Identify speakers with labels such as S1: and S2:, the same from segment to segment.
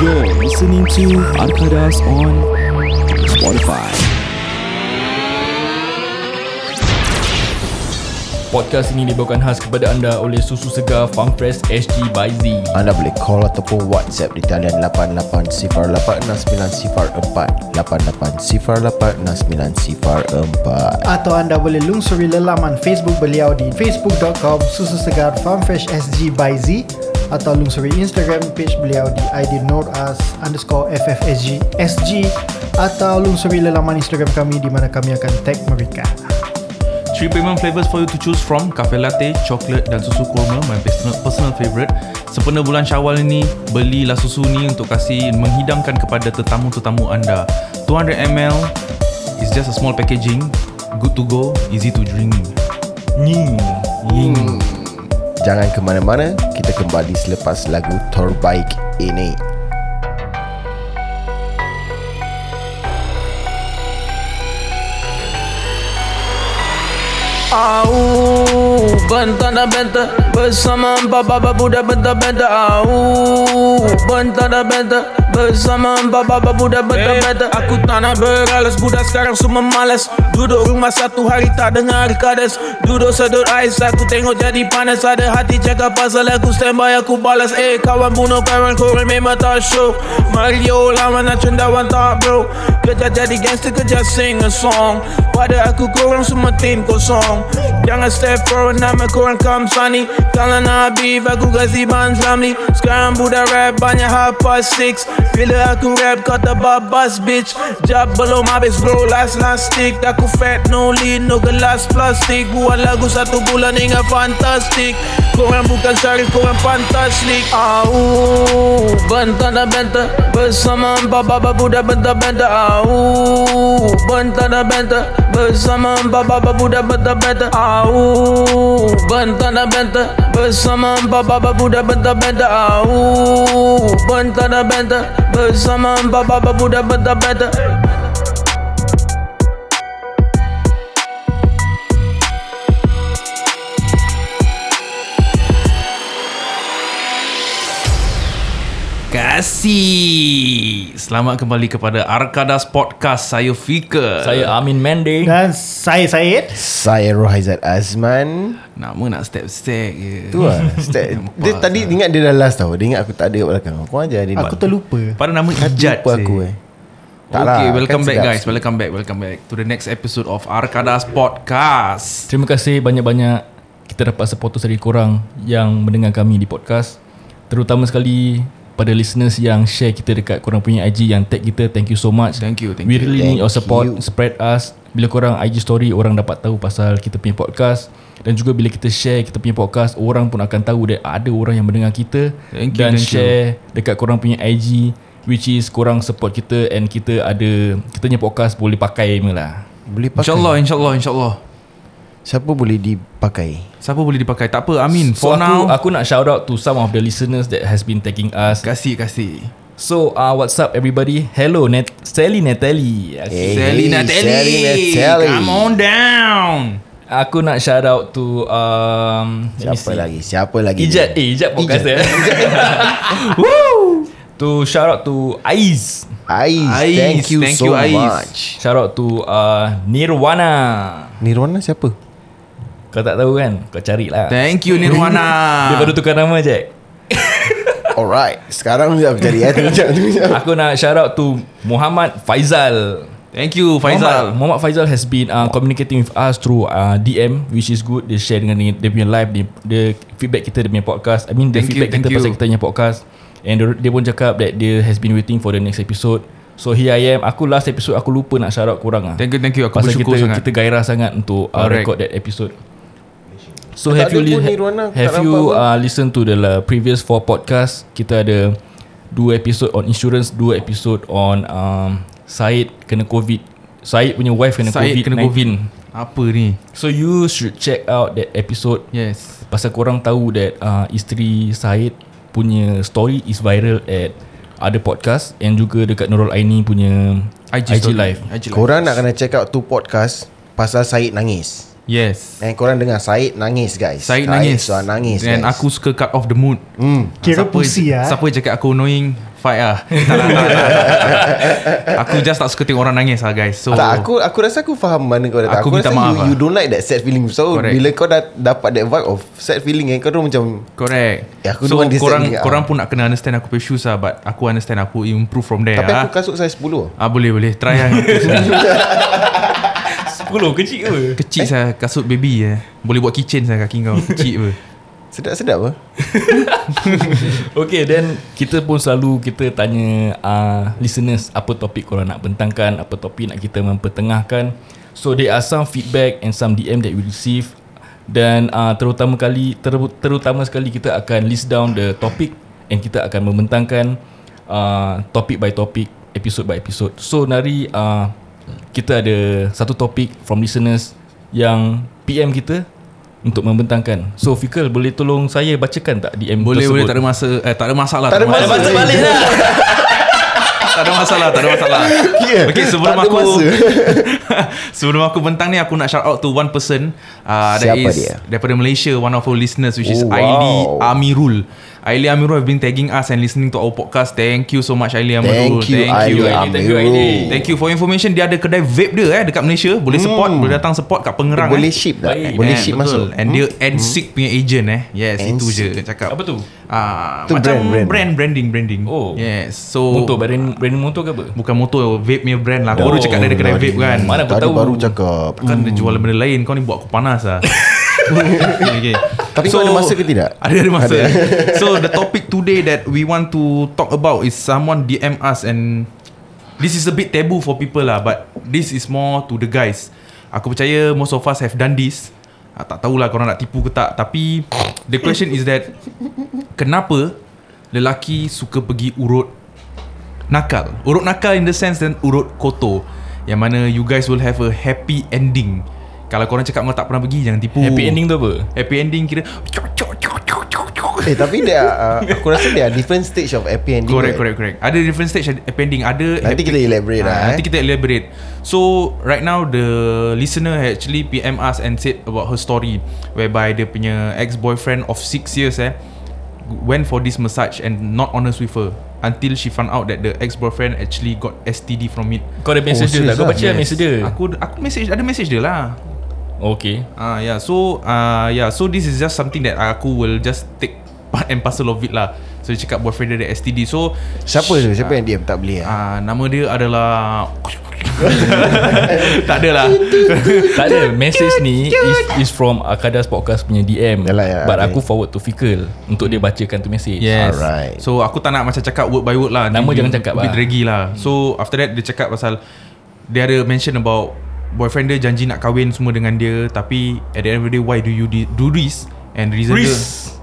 S1: You're listening to Arkadas on Spotify.
S2: Podcast ini dibawakan khas kepada anda oleh Susu Segar Farm Fresh SG by Z.
S3: Anda boleh call ataupun WhatsApp di talian 88 sifar 869 sifar 4 88 sifar 869 sifar 4
S4: Atau anda boleh lungsuri lelaman Facebook beliau di facebook.com Susu Segar Farm Fresh SG by Z atau lungsuri Instagram page beliau di ID Noras underscore FFSG SG atau lungsuri lelaman Instagram kami di mana kami akan tag mereka.
S2: Three premium flavors for you to choose from Cafe Latte, Coklat dan Susu Kurma My personal, personal favourite Sempena bulan syawal ni Belilah susu ni untuk kasih Menghidangkan kepada tetamu-tetamu anda 200ml It's just a small packaging Good to go, easy to drink Nying Nying
S3: Jangan ke mana-mana, kita kembali selepas lagu terbaik ini
S5: Au Bentar dan bentar Bersama empat baba budak bentar-bentar Au Bentar dan bentar Bersama empat baba budak bentar-bentar Eh, Aku tak nak beralas Budak sekarang semua malas Duduk rumah satu hari tak dengar kades Duduk sedut ais Aku tengok jadi panas Ada hati cakap pasal aku Standby aku balas Eh kawan bunuh kawan korang memang tak show Mario lawan nak cendawan tak bro Kerja jadi gangster kerja sing a song Pada aku korang semua tim kosong Jangan step forward nama korang come sunny Kalau nak beef aku kasi ban Ramli Sekarang budak rap banyak half past six Bila aku rap kau tak babas bitch Job belum habis bro last last stick Aku fat no lead no gelas plastik Buat lagu satu bulan hingga fantastik Korang bukan syarif korang fantastik Au Bentar dan bentar Bersama empat baba budak bentar-bentar Au Bentar dan bentar Bersama empat baba budak bentar-bentar Au Bentar dan bentar Bersama empat baba budak bentar-bentar Au Bentar dan bentar Bersama empat baba budak bentar-bentar
S2: Kasih Selamat kembali kepada Arkadas Podcast Saya Fika
S6: Saya Amin Mende
S4: Dan saya Syed.
S3: Saya Rohaizat Azman
S2: Nama nak step-step je lah.
S3: Tu lah step. Dia tadi ingat dia dah last tau Dia ingat aku tak ada kat belakang Kau aja ada
S4: Aku terlupa.
S2: Pada nama Ijat
S3: Lupa aku eh Tak lah,
S2: okay,
S3: kan
S2: welcome back
S3: sedap
S2: guys.
S3: sikit.
S2: Welcome back, welcome back to the next episode of Arkadas Podcast.
S6: Terima kasih banyak-banyak Kita dapat supporters dari korang Yang mendengar kami di podcast Terutama sekali Pada listeners yang share kita dekat korang punya IG Yang tag kita Thank you so much
S2: Thank you, thank
S6: We
S2: you.
S6: really need your
S3: Thank
S6: support
S3: you.
S6: Spread us Bila korang IG story Orang dapat tahu pasal kita punya podcast Dan juga bila kita share kita punya podcast Orang pun akan tahu that Ada orang yang mendengar kita
S2: Thank you,
S6: Dan
S2: thank you.
S6: share dekat korang punya IG Which is korang support kita And kita ada Kita punya podcast boleh pakai me lah
S3: Boleh pakai
S2: InsyaAllah, insyaAllah, insyaAllah.
S3: Siapa boleh dipakai
S2: Siapa boleh dipakai? Tak apa, Amin.
S6: So
S2: For now,
S6: aku, aku nak shout out to some of the listeners that has been tagging us.
S2: kasih, kasih.
S6: So uh, what's up everybody? Hello Nat Sally Natalie. Okay.
S3: Hey,
S2: Sally Natalie.
S3: Sally Natalie.
S2: Come on down.
S6: Aku nak shout out to um, let me
S3: Siapa
S2: lah
S6: see.
S3: lagi Siapa lagi
S6: Ijat
S3: dia?
S6: Eh Ijat podcast eh Woo To shout out to Aiz
S3: Ais,
S2: Ais,
S3: Thank you
S2: thank
S3: so
S2: you, Ais.
S3: much
S6: Shout out to uh, Nirwana
S3: Nirwana siapa?
S6: Kau tak tahu kan Kau carilah
S2: Thank you, Nirwana.
S6: Dia baru tukar nama je
S3: Alright Sekarang sekejap cari eh Tunggu sekejap Tunggu sekejap
S6: Aku nak shout out to Muhammad Faizal
S2: Thank you, Faizal.
S6: Muhammad, Muhammad Faizal has been uh, communicating with us through uh, DM which is good dia share dengan dia dia punya live dia, dia feedback kita dia punya podcast I mean the
S2: Thank you,
S6: feedback
S2: thank
S6: kita
S2: you.
S6: pasal kita punya podcast and dia, dia pun cakap that dia has been waiting for the next episode so here I am aku last episode aku lupa nak shout out korang lah
S2: Thank you, thank you. Aku
S6: pasal
S2: bersyukur
S6: kita,
S2: sangat.
S6: kita gairah sangat untuk uh,
S2: Correct.
S6: record that episode So
S3: Eh,
S6: have
S3: Tak
S6: you
S3: ada
S6: li-
S3: pun Nirwana, aku
S6: have
S3: tak
S6: you
S3: nampak
S6: uh, listen to the la- previous four podcast? Kita ada dua episode on insurance, dua episode on um, Syed kena COVID. Syed punya wife kena
S2: Syed
S6: COVID.
S2: kena COVID. Apa ni?
S6: So you should check out that episode
S2: Yes.
S6: pasal korang tahu that uh, isteri Syed punya story is viral at ada podcast and juga dekat Nurul Aini punya IG, IG
S2: story.
S6: live.
S2: IG live.
S3: Korang nak kena check out tu podcast Pasal Syed nangis
S2: Yes.
S3: Dan korang dengar Syed nangis guys
S2: Syed nangis.
S3: Syed nangis
S2: Dan
S3: guys.
S2: aku suka cut off the mood.
S3: hmm.
S4: Kira
S2: siapa,
S4: pusi lah
S2: Siapa cakap aku annoying Fight lah tak, lah, tak, lah. Aku just tak suka tengok orang nangis lah guys So
S3: Tak aku aku rasa aku faham mana kau datang.
S2: Aku
S3: Aku,
S2: minta
S3: rasa
S2: maaf
S3: you,
S2: lah.
S3: you don't like that sad feeling. So
S2: Correct.
S3: Correct. bila kau dah dapat that vibe of sad feeling eh kau dah macam
S2: Correct
S3: Eh, aku
S2: So
S3: don't want this
S2: korang
S3: technique, ah.
S2: korang pun nak kena understand aku punya shoes lah But aku understand aku improve from there
S3: tapi
S2: lah
S3: aku kasut saya 10 tau.
S2: Ah boleh boleh try yang itu sebenarnya.
S6: 10 kecil ke?
S2: Kecil saya kasut baby eh. Boleh buat kitchen saya kaki kau. Kecil apa.
S3: Sedap-sedap ah.
S6: Okay then Kita pun selalu Kita tanya uh, Listeners Apa topik korang nak bentangkan Apa topik nak kita mempertengahkan So there are some feedback And some DM that we receive Dan uh, terutama kali ter, Terutama sekali Kita akan list down the topic And kita akan membentangkan uh, Topic by topic Episode by episode So Nari uh, Kita ada Satu topik From listeners Yang PM kita untuk membentangkan So Fikal boleh tolong saya bacakan tak DM
S2: Boleh
S6: tersebut?
S2: boleh tak ada masa eh, tak ada masalah.
S3: Tak ada masa.
S2: masalah.
S3: balik lah.
S2: tak ada masalah, tak ada masalah.
S3: Yeah,
S2: okay, sebelum
S3: tak ada
S2: aku
S3: masa.
S2: sebelum aku bentang ni aku nak shout out to one person uh, that
S3: Siapa
S2: is
S3: dia?
S2: daripada Malaysia, one of our listeners which is
S3: Oh, wow.
S2: Aili Amirul. Aili Amirul have been tagging us and listening to our podcast. Thank you so much Aili Amirul.
S3: Thank you Ayu Eh,
S6: Thank you,
S3: Amirul.
S6: Aidil.
S2: Thank you for information Dia ada kedai vape dia eh Dekat Malaysia Boleh support Boleh datang support Kat Pengerang
S3: Hmm. Boleh
S2: eh.
S3: ship tak?
S6: Baik.
S3: Boleh
S2: Eh,
S3: ship
S2: betul.
S3: masuk. Hmm.
S2: And dia NSIC punya agent eh Yes itu je
S3: NSYNC.
S2: Cakap
S6: Apa tu?
S2: Ah,
S3: Tu
S2: Macam brand,
S3: brand,
S2: brand.
S3: brand.
S2: branding branding.
S6: Oh.
S2: Yes So
S6: Motor brand, brand motor ke
S3: Oh.
S6: apa?
S2: Bukan motor Vape punya brand lah Kau baru
S6: Oh,
S2: cakap dia ada kedai
S3: Tadi-
S2: vape kan
S6: Mana aku
S3: tadi
S6: tahu.
S3: baru cakap.
S2: Kan dia jual benda lain Kau ni buat aku panas lah okay, okay.
S3: Tapi kau ada masa ke tidak?
S2: Ada ada masa So the topic today That we want to talk about Is someone DM us And This is a bit taboo for people lah But This is more to the guys Aku percaya Most of us have done this Ah, Tak tahulah korang nak tipu ke tak Tapi The question is that Kenapa Lelaki suka pergi urut nakal. Urut nakal in the sense dan urut kotor. Yang mana you guys will have a happy ending. Kalau korang cakap kau tak pernah pergi, jangan tipu.
S6: Happy ending tu apa?
S2: Happy ending kira
S3: Eh tapi dia uh, aku rasa dia different stage of happy ending. right?
S2: Correct, correct, correct. Ada different stage ada happy ending. Ada
S3: Nanti
S2: happy-
S3: kita elaborate
S2: Ah,
S3: lah,
S2: Nanti
S3: eh.
S2: kita elaborate. So right now the listener actually PM us and said about her story whereby dia punya ex boyfriend of 6 years eh went for this massage and not honest with her until she found out that the ex boyfriend actually got STD from it.
S6: Kau ada message
S3: Oh,
S6: dia tak?
S3: serious
S6: Kau
S3: ah?
S6: baca yes. message dia?
S2: Aku aku message ada message dia lah.
S6: Okay
S2: Ah uh, yeah, so ah uh, yeah, so this is just something that aku will just take part and parcel of it lah. So dia cakap boyfriend dia ada STD. So
S3: Siapa tu? Siapa yang DM tak boleh ah?
S2: Ah uh, nama dia adalah Tak adalah.
S6: Tak ada Message ni is, is from Akadas Podcast punya DM
S3: Yalah, yalah,
S6: But
S3: okay.
S6: aku forward to Fikal Untuk dia bacakan tu message
S2: Yes.
S3: Alright.
S2: So aku tak nak macam cakap word by word lah.
S6: Nama
S2: Dia-
S6: jangan
S2: dia-
S6: cakap
S2: Lebih
S6: lah.
S2: draggy lah. So after that dia cakap pasal dia ada mention about boyfriend dia janji nak kahwin semua dengan dia tapi at the end of the day why do you di- do this? And the reason
S6: Riz.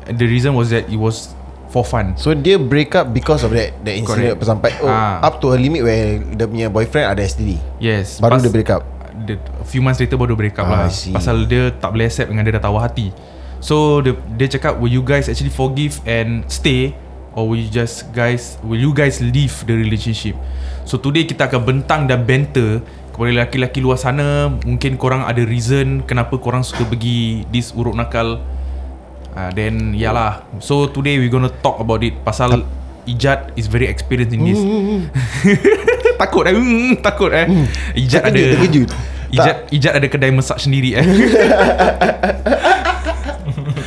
S2: dia, the reason was that it was for fun.
S3: So dia break up because of that that incident
S2: Correct.
S3: sampai oh,
S2: Ah.
S3: up to a limit where dia punya boyfriend ada STD.
S2: Yes.
S3: Baru
S2: pas-
S3: dia break up.
S2: dia, a few months later baru dia break up
S3: Ah,
S2: lah
S3: I see.
S2: pasal dia tak boleh accept dengan dia dah tawar hati so dia, dia cakap will you guys actually forgive and stay or will you just guys will you guys leave the relationship so today kita akan bentang dan banter kepada lelaki-lelaki luar sana mungkin korang ada reason kenapa korang suka pergi this urut nakal uh, then yalah so today we gonna talk about it pasal Ijat is very experienced in this
S3: Mm,
S2: takut eh Hmm, takut eh Ijat ada
S3: Terkejut, Mm. terkejut.
S2: Ijat Ijat ada kedai masak sendiri eh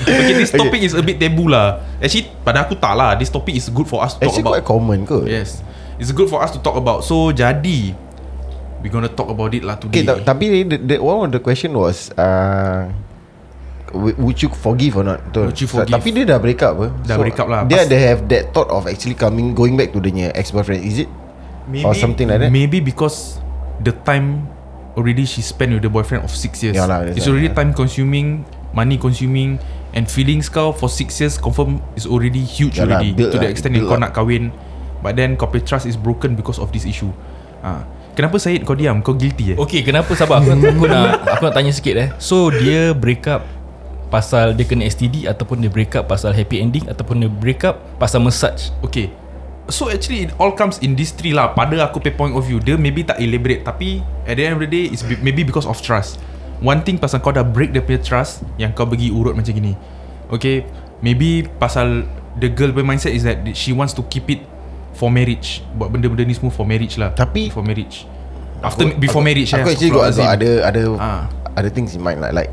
S2: Okay this topic okay. is a bit taboo lah Actually pada aku tak lah This topic is good for us to talk
S3: Actually
S2: about
S3: quite common kot.
S2: Yes It's good for us to talk about So jadi We gonna talk about it lah
S3: Okay,
S2: today
S3: ta- tapi the, the, one of the question was uh, w- would you forgive or not? Betul.
S2: Would you
S3: So,
S2: forgive?
S3: Tapi dia dah break up. eh.
S2: Dah break up lah.
S3: Dia
S2: Pas-
S3: ada have that thought of actually coming going back to the ex boyfriend. Is it?
S2: maybe,
S3: or something like that.
S2: Maybe because The time Already she spent with the boyfriend of 6 years
S3: Yalah, that's
S2: It's
S3: right,
S2: already
S3: yeah.
S2: time consuming Money consuming And feelings kau For 6 years Confirm is already huge
S3: Yalah,
S2: already
S3: build
S2: To the
S3: lah,
S2: extent yang
S3: build
S2: kau
S3: lah.
S2: nak kahwin But then kau punya trust is broken Because of this issue ha. Kenapa Syed kau diam? Kau guilty eh?
S6: Okay kenapa sabar aku, aku nak Aku nak tanya sikit eh So dia break up Pasal dia kena STD Ataupun dia break up Pasal happy ending Ataupun dia break up Pasal massage
S2: Okay So actually it all comes in these three lah Pada aku pay point of view Dia maybe tak elaborate Tapi at the end of the day It's be- maybe because of trust One thing pasal kau dah break dia punya trust Yang kau pergi urut macam gini Okay Maybe pasal The girl punya mindset is that She wants to keep it For marriage Buat benda-benda ni semua for marriage lah
S3: Tapi-
S2: For marriage After Before
S3: aku,
S2: marriage
S3: Aku
S2: eh,
S3: actually got, got
S2: Astaghfirullahalazim.
S3: ada ada
S2: Ah.
S3: ada things in mind lah, like, like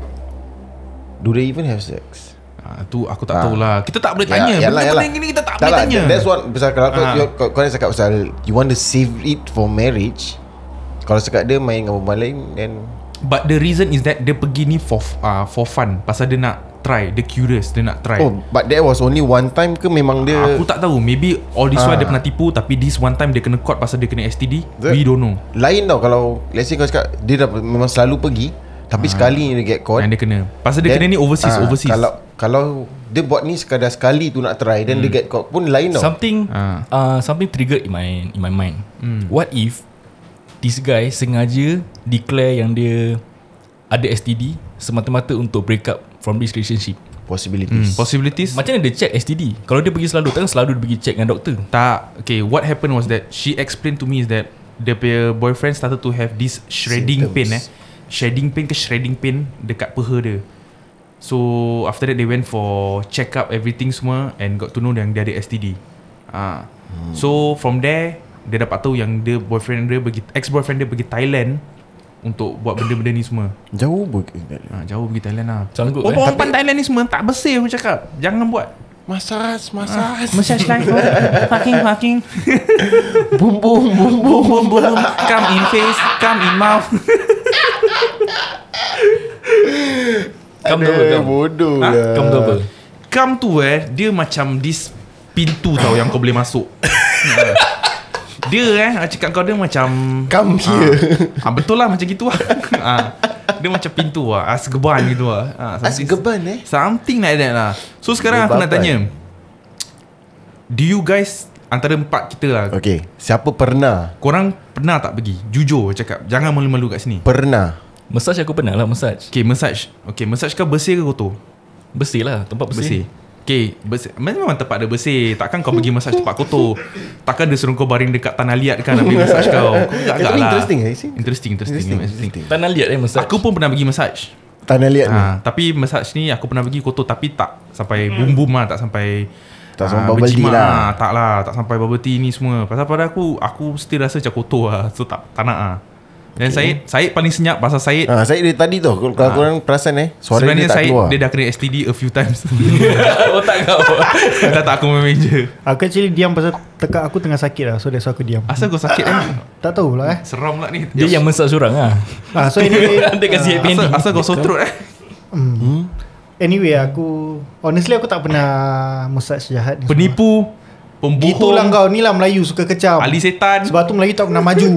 S3: do they even have sex?
S2: Ah, tu aku tak tahu lah. Kita tak boleh tanya.
S3: Ya, yalah,
S2: Benda-benda
S3: yalah.
S2: yang gini kita tak
S3: Tak
S2: boleh
S3: lah,
S2: tanya.
S3: That's what Pasal kalau kau,
S2: Ah.
S3: you, kau, kau dah cakap pasal You want to save it for marriage Kalau cakap dia main dengan perempuan lain Then
S2: But the reason is that dia pergi ni for uh, for fun. Pasal dia nak try, dia curious, dia nak try.
S3: Oh but that was only one time ke Memang dia
S2: Aku tak tahu Maybe all this while
S3: Ah.
S2: dia pernah tipu Tapi this one time dia kena caught Pasal dia kena STD
S3: That-
S2: We don't know
S3: Lain tau kalau Let's say kau cakap Dia dah memang selalu pergi Tapi sekali dia get caught
S2: Yang dia kena Pasal Ah. dia
S3: then-
S2: kena ni overseas
S3: ah,
S2: overseas.
S3: Kalau Kalau dia buat ni sekadar sekali tu nak try Then dia
S2: Hmm.
S3: get caught pun lain tau
S6: Something
S2: Ah.
S6: uh, something triggered in my in my mind. Mm. What if this guy sengaja declare yang dia ada STD semata-mata untuk break up from this relationship.
S3: Possibilities
S2: Hmm, Possibilities
S6: Macam mana dia check STD? Kalau dia pergi selalu kan selalu dia pergi check dengan doktor.
S2: Tak Okay what happened was that She explained to me is that Dia punya boyfriend started to have This shredding
S3: Symptoms.
S2: pain eh Shredding pain ke shredding pain Dekat peha dia So after that they went for Check up everything semua And got to know yang dia ada STD Ah, hmm. So from there Dia dapat tahu yang dia boyfriend dia pergi Ex-boyfriend dia pergi Thailand Untuk buat benda-benda ni semua
S3: Jauh ber-
S2: ha, Jauh pergi Thailand lah
S6: Sanggup, eh?
S2: Perempuan Thailand ni semua Tak bersih aku cakap Jangan buat Ah,
S3: Masas Masas
S2: Massage like Fucking fucking
S3: Boom boom boom
S2: boom boom boom come in face come in mouth
S6: Come double come.
S3: bodoh
S2: Ha?
S3: lah
S6: Come double.
S2: come tu eh dia macam this pintu tau yang kau boleh masuk dia eh aku cakap kau dia macam
S3: Come here
S2: ah, betul lah macam gitu lah ah, dia macam pintu lah asgeban gitu lah ah, something-
S3: Asgeban, eh?
S2: something like that lah so sekarang aku nak
S3: Gebaban.
S2: tanya do you guys antara empat kita lah
S3: Okay Siapa pernah
S2: korang pernah tak pergi jujur cakap jangan malu-malu kat sini
S3: Pernah
S6: Massage aku pernah lah massage.
S2: Okay, massage. Okay, massage kau bersih ke kotor?
S6: Bersih lah tempat
S2: Bersih.
S6: bersih.
S2: Okay, bersih. memang tempat dia bersih. Takkan kau pergi massage tempat kotor. Takkan dia suruh kau baring dekat tanah liat kan nak pergi massage kau. Kau agak
S3: tapi
S2: lah.
S3: interesting, eh, see?
S2: Interesting, interesting.
S3: Interesting,
S2: interesting.
S3: interesting.
S6: Tanah liat eh massage.
S2: Aku pun pernah pergi massage.
S3: Tanah liat ni
S2: Ha, tapi massage ni aku pernah pergi kotor tapi tak sampai bumbum lah, tak sampai
S3: Tak
S2: ah,
S3: sampai bubble tea
S2: berjimat
S3: lah.
S2: Tak lah, tak sampai bubble tea ni semua. Pasal pada aku, aku still rasa macam kotor lah. So tak, tak nak lah. Dan okay. Syed, Syed paling senyap pasal Syed
S3: Ah, saya dari tadi tu kalau ha. korang perasan eh suara
S2: Sebenarnya
S3: dia tak
S2: Syed
S3: keluar.
S2: dia dah kena STD a few times
S6: Otak kau.
S2: Tak tak aku main meja
S4: Aku actually diam pasal tekak aku tengah sakit lah. So that's why aku diam.
S2: Asal kau sakit kan?
S4: Tak tahu lah eh.
S2: Seram lah ni
S6: Dia yang massage orang ah.
S4: Ah, so anyway,
S6: Dia kasi happy
S2: Asal,
S6: ending.
S2: asal kau sotrot eh
S4: anyway aku honestly aku tak pernah massage jahat ni. semua.
S2: Penipu Oh. Pembohong
S4: Itulah kau ni lah Melayu suka kecam.
S2: Ali setan
S4: Sebab tu Melayu tak pernah maju.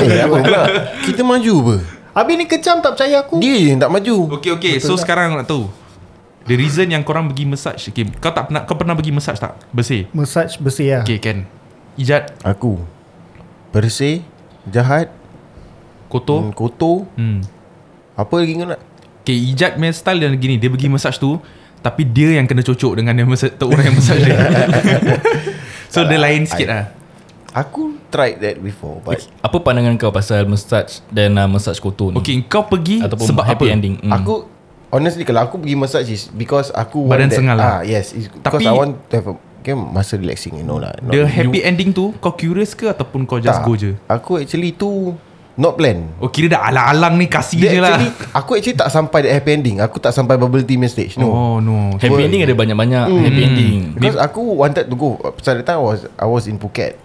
S3: eh, apa pula? Kita maju apa?
S4: Habis ni kecam tak percaya aku.
S3: Dia je yang tak maju.
S2: Okay okay
S3: lah.
S2: So
S4: tak?
S2: sekarang nak tahu The reason yang korang pergi massage okay, Kau tak pernah Kau pernah pergi massage tak? Bersih
S4: Massage bersih lah.
S2: Okay kan Ijat
S3: Aku bersih, jahat, hmm,
S2: Kotor
S3: kotor,
S2: hmm.
S3: apa lagi kau nak?
S2: Okay Ijat punya style dia gini Dia pergi massage tu Tapi dia yang kena cocok Dengan yang massage, orang yang massage dia So dia lain sikit lah
S3: Aku tried that before but okay.
S6: Apa pandangan kau pasal massage dan uh, massage kotor ni?
S2: Okay kau pergi
S6: Ataupun
S2: Eh, Sebab
S6: happy
S2: apa?
S6: ending. Mm.
S3: aku honestly kalau aku pergi massage is because aku want
S2: Badan
S3: that.
S2: sengal lah.
S3: Ah, yes, it's because
S2: Tapi-
S3: I want to have a okay, masa relaxing you know lah. Not
S2: The happy ending tu Kau curious ke Ataupun kau just go je
S3: Aku actually tu not plan.
S2: Oh kira dah alang-alang ni Kasih
S3: Dia
S2: je lah
S3: actually, aku actually tak sampai that happy ending. Aku tak sampai bubble tea punya stage. No.
S2: Oh no
S6: Happy ending ada banyak-banyak mm. Happy ending
S3: Because aku wanted to go Pasal that time I was, I was in Phuket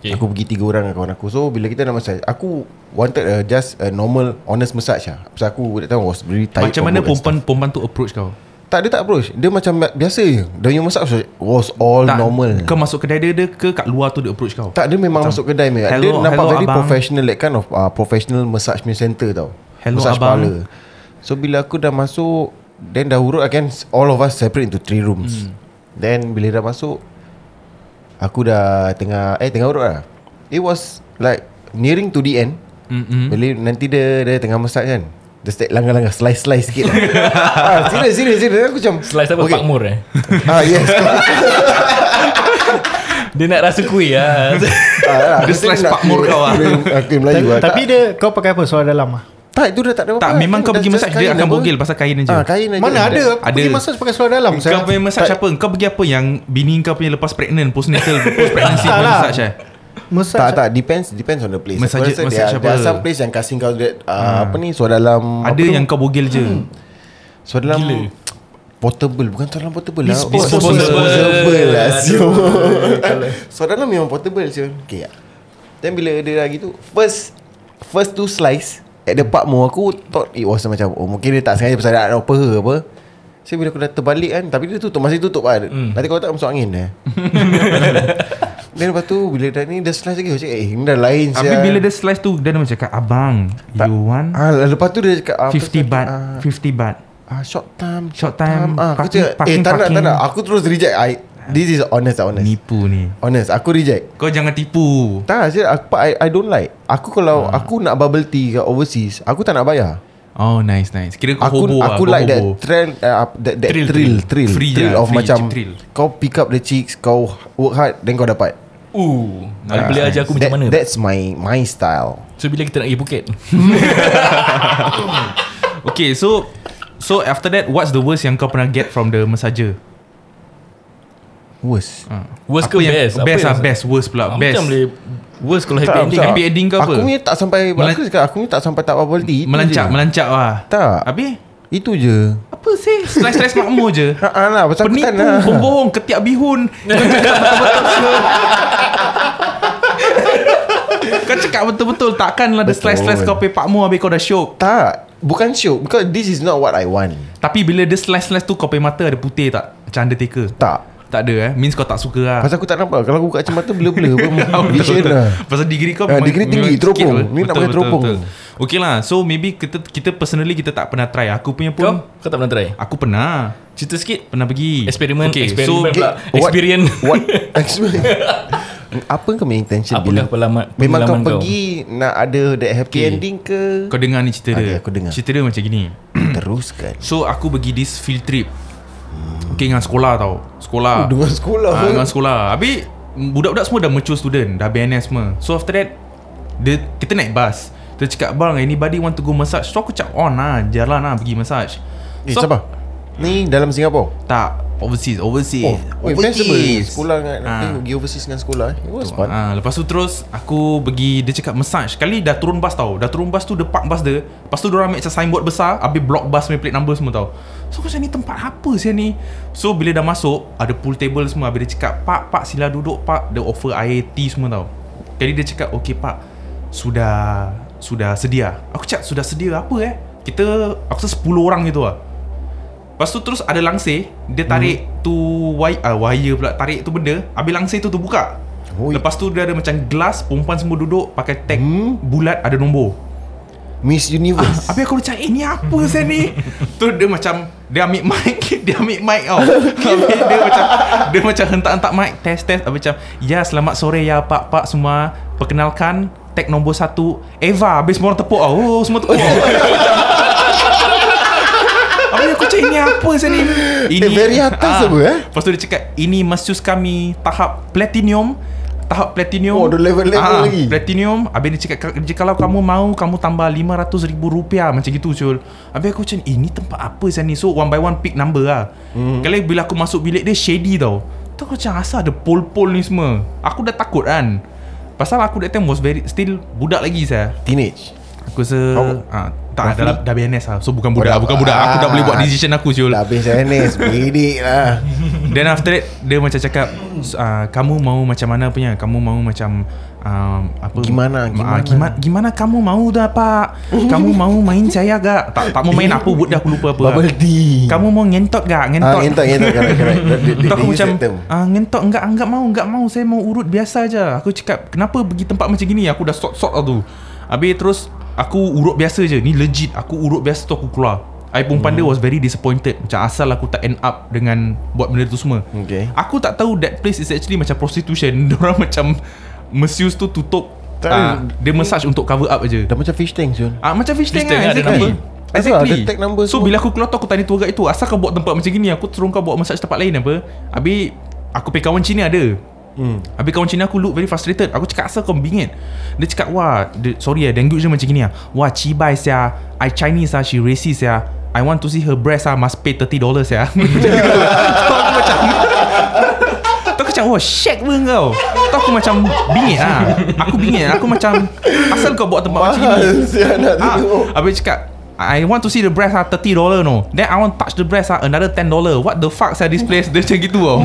S6: Okay.
S3: okay. Aku pergi tiga orang dengan kawan aku So bila kita nak massage Aku wanted uh, just a normal honest massage lah Pasal aku that time was really tired from
S2: Macam mana
S3: work and
S2: perempuan perempuan tu approach kau
S3: stuff. Tak dia tak approach Dia macam bi- biasa je Dia punya massage was- was all tak, Oh, normal
S2: Kau masuk kedai dia, dia ke Kat luar tu dia approach kau
S3: Tak dia memang masuk kedai mate. Dia
S2: "Hello,
S3: nampak
S2: hello,
S3: very
S2: abang."
S3: professional That kind of uh, professional massage punya center tau
S2: "Hello,
S3: massage
S2: abang."
S3: parlour. So bila aku dah masuk Then dah urut again All of us separate into three rooms
S2: Hmm.
S3: Then bila dah masuk Aku dah tengah Eh tengah urut lah It was like Nearing to the end
S2: Mm-mm.
S3: Bila nanti dia Dia tengah massage kan Dia step langgar-langgar Slice-slice sikit lah ah, Serius serius serius Aku macam
S6: Slice apa okay. Pak Mur eh
S3: ah, Yes
S6: Dia nak rasa kuih lah
S3: ah,
S2: Dia slice Pak Mur kau lah.
S3: Aku yang Melayu
S4: Ta-
S3: lah
S4: Tapi dia kau pakai apa suara dalam ah?
S3: Tak Tak itu dah tak ada apa-apa
S2: Tak memang kau
S3: Dah
S2: pergi
S3: just
S2: massage Dia
S3: kain
S2: akan
S3: apa.
S2: bogel Pasal kain je
S3: Ah, kain aja
S4: Mana ada Aku
S2: Ada.
S4: pergi massage pakai seluar dalam
S2: Kau punya massage apa Kau pergi apa yang Bini kau punya lepas pregnant Postnatal Post pregnancy
S4: Tak
S2: punya
S4: lah.
S2: massage eh
S4: Massage
S3: Tak tak depends depends on the place.
S2: Massage-
S3: Aku rasa
S2: massage
S3: there, are- there are
S2: apa?
S3: some place yang kasih kau that, uh, apa ni suara dalam apa
S2: Ada
S3: tu? Hmm.
S2: yang kau bogel je
S3: suara dalam
S6: Gila.
S3: portable bukan suara dalam portable lah.
S2: Disposable.
S3: disposable lah sio. suara dalam memang portable sio. Okay. Ya. Then bila dia dah gitu first first two slice at the part mu aku thought it was macam oh mungkin dia tak sengaja pasal nak apa ke apa. So bila aku dah terbalik kan Tapi dia tutup Masih tutup kan Nanti kau tak masuk angin eh. Then lepas tu Bila dah ni Dah slice lagi Aku cakap eh ni dah lain
S2: Tapi bila dia slice tu Dia ada macam cakap Abang
S3: Tak.
S2: You want
S3: Ah, lepas tu dia cakap ah,
S2: 50
S3: apa-
S2: baht
S3: ah,
S2: 50 baht
S3: ah, short time
S2: Short time,
S3: ah, aku
S2: parking-
S3: cakap,
S2: parking,
S3: eh tak nak tak
S2: parking.
S3: nak aku terus reject I, this is honest lah, honest
S2: Nipu ni
S3: honest aku reject
S2: Kau jangan tipu
S3: tak saya aku I, I don't like aku kalau
S2: Ah.
S3: aku nak bubble tea kat overseas aku tak nak bayar
S2: Oh nice nice Kira kau
S3: Aku
S2: hobo lah,
S3: aku
S2: kau
S3: like that
S2: hobo.
S3: thrill uh, that, that
S2: Thrill,
S3: thrill thrill
S2: thrill.
S3: thrill,
S2: Free
S3: thrill
S2: lah,
S3: of
S2: free,
S3: macam
S2: cheap thrill.
S3: kau pick up the chicks kau work hard then kau dapat.
S6: Uh, Kalau boleh ajar aku
S3: that,
S6: macam mana
S3: That's my my style.
S6: So bila kita nak pergi Phuket
S2: Okay so So after that What's the worst yang kau pernah get From the massager
S3: Worst.
S2: Ah.
S6: Worst
S2: Apa
S6: ke
S2: yang-
S6: best? Apa
S2: Best
S6: yang-
S2: lah best Worst pula
S6: ah,
S2: Best
S6: Macam boleh Worst kalau happy
S3: Tak,
S6: ending kan?
S3: tak.
S2: Happy ending ke apa?
S3: Aku punya tak sampai
S2: Melan-
S3: aku cakap aku punya tak sampai tak bubble tea. itu
S2: Melancak
S3: je.
S2: Melancak lah
S3: Tak.
S2: Habis
S3: Itu je.
S2: Apa sih Slice-slice makmur je
S3: Ha ah lah pasal aku
S2: Penipu
S3: tak nak.
S2: Pembohong Ketiak bihun Kau cakap betul-betul Kau cakap betul-betul Takkanlah ada
S3: Betul.
S2: slice-slice Kau pay pakmur Habis kau dah syok
S3: Tak, bukan syok because this is not what I want.
S2: Tapi bila dia slice-slice tu Kau pay mata ada putih tak Macam Undertaker
S3: Tak.
S2: Tak ada eh Means kau tak suka lah
S3: Pasal aku tak nampak Kalau aku buka kacamata Blur-blur
S2: Ah,
S3: pun.
S2: betul,
S3: Vision
S2: betul.
S3: lah
S2: Pasal degree kau
S3: Ah, degree tinggi,
S2: sikit
S3: teropong. Ni
S2: apa.
S3: nak
S2: Betul,
S3: pakai
S2: betul,
S3: teropong.
S2: betul. Okay lah So maybe kita kita personally Kita tak pernah try Aku punya
S6: Kau
S2: pun
S6: Kau tak pernah try
S2: Aku pernah
S6: Cerita sikit
S2: Pernah pergi
S6: Eksperimen
S2: okay,
S6: Eksperimen
S2: so,
S6: pula Experience
S3: What, what Apa kau punya intention
S6: Apakah
S3: bila
S6: pengalaman-
S3: Memang kau
S6: pengalaman kau?
S3: pergi Nak ada that happy
S2: Okay.
S3: ending ke
S2: Kau dengar ni cerita dia
S3: Okay, aku dengar.
S2: Cerita dia macam gini
S3: Teruskan
S2: So aku pergi this field trip Okay dengan sekolah tau
S3: Oh,
S2: Sekolah
S3: Dengan sekolah
S2: Ah, dengan sekolah Habis Budak-budak semua dah mature student Dah BNS semua So after that dia, Kita naik bus Dia cakap Bang anybody want to go massage So aku cakap on lah Jalan lah pergi massage
S3: Eh sabar Ni dalam Singapura
S2: Tak Overseas Eh, Overseas
S3: Oh, oh overseas. Sekolah dengan
S2: Ah.
S3: eh, Pergi overseas dengan sekolah eh. It was fun
S2: Betul. Ah, lepas tu terus aku pergi dia cakap massage. Kali dah turun bas tau. Dah turun bas tu dia park bas dia. Lepas tu dia orang ambil macam signboard besar, habis block bus punya plate number semua tau. So aku macam ni tempat apa sih ni? So bila dah masuk, ada pool table semua. Habis dia cakap, "Pak, pak sila duduk, pak." Dia offer air tea semua tau. Jadi dia cakap, "Okey, pak. Sudah sudah sedia." Aku cakap, "Sudah sedia apa eh?" Kita aku rasa 10 orang gitu lah. Lepas tu terus ada langsir Dia tarik hmm. tu wire, ah, wire pula Tarik tu benda Habis langsir tu terbuka
S3: Oi.
S2: Lepas tu dia ada macam gelas Perempuan semua duduk Pakai tag hmm. bulat Ada nombor
S3: Miss Universe
S2: Habis aku macam Eh ni apa saya ni Tu dia macam Dia ambil mic Dia ambil mic tau Habis dia macam Dia macam hentak-hentak mic Test test Habis macam Ya selamat sore ya pak-pak semua Perkenalkan Tag nombor satu Eva Habis semua orang tepuk tau Oh semua tepuk tau Habis aku macam Ini apa saya ni Ah. ini,
S3: Eh, very atas apa, eh?
S2: Lepas tu dia cakap Ini masus kami Tahap platinum Tahap platinum
S3: Oh, ada level-level
S2: Ah,
S3: lagi.
S2: platinum Habis dia cakap "Ka- Jikalau kamu mau Kamu tambah RM500,000 rupiah Macam gitu Syul Habis aku macam Ini tempat apa saya ni So one by one pick number lah
S3: Hmm.
S2: mm. Kali bila aku masuk bilik dia Shady tau Tu aku macam asal ada pol-pol ni semua Aku dah takut kan Pasal aku that time was very Still budak lagi saya
S3: Teenage
S2: Aku rasa ah, Tak
S3: Oh. Roughly?
S2: dah, dah BNS lah So bukan budak
S3: dah-
S2: Bukan budak Aku dah
S3: ah.
S2: boleh buat decision aku Syul
S3: Dah habis lah, NS Bidik lah
S2: Then after that Dia macam cakap uh, Kamu mau macam mana punya Kamu mau macam um, apa?
S3: Gimana,
S2: Ah,
S3: gimana?
S2: gimana Gimana kamu mau dah pak Kamu mau main saya gak Tak tak mau main apa Buat dah aku lupa apa
S3: Bubble tea
S2: Kamu mau ngentot gak
S3: Ah,
S2: Ngentot
S3: Entak Entak Correct correct They- they-
S2: Entah aku
S3: they use
S2: macam
S3: that term.
S2: ah, Ngentok enggak enggak mau Enggak mau Saya mau urut biasa je Aku cakap Kenapa pergi tempat macam gini Aku dah sort-sort lah tu Habis terus Aku urut biasa je Ni legit Aku urut biasa tu aku keluar I perempuan
S3: Hmm.
S2: dia was very disappointed Macam asal aku tak end up Dengan Buat benda tu semua
S3: Okay.
S2: Aku tak tahu That place is actually Macam prostitution Diorang macam Misuse tu tutup
S3: Tak,
S2: ah, Dia massage untuk cover up je
S3: Dah macam fish tank Zul
S2: Ah macam fish tank
S6: tank
S2: lah
S6: ada
S2: exactly.
S6: number.
S2: Exactly.
S3: lah, Ada tag number
S2: so
S3: semua.
S2: bila aku keluar tu aku tanya tour guide tu, asal kau buat tempat macam gini? Aku suruh kau buat massage tempat lain apa? Habis aku pergi kawan Cina ada. hmm. Habis kawan Cina aku look very frustrated Aku cakap asal kau bingit Dia cakap wah dia, Sorry lah language dia macam gini lah Wah cibai sia I Chinese lah she racist sia I want to see her breast ah Must pay 30 dollars sia So aku macam Tu aku macam Oh shag pun kau Tu aku macam Bingit lah Aku bingit Aku macam Asal kau buat tempat macam ni
S3: Mahal siapa nak
S2: Ah,
S3: tengok
S2: habis cakap I want to see the breast ah 30 dollar no. Then I want touch the breast ah another 10 dollar. What the fuck saya this place dia macam gitu tau.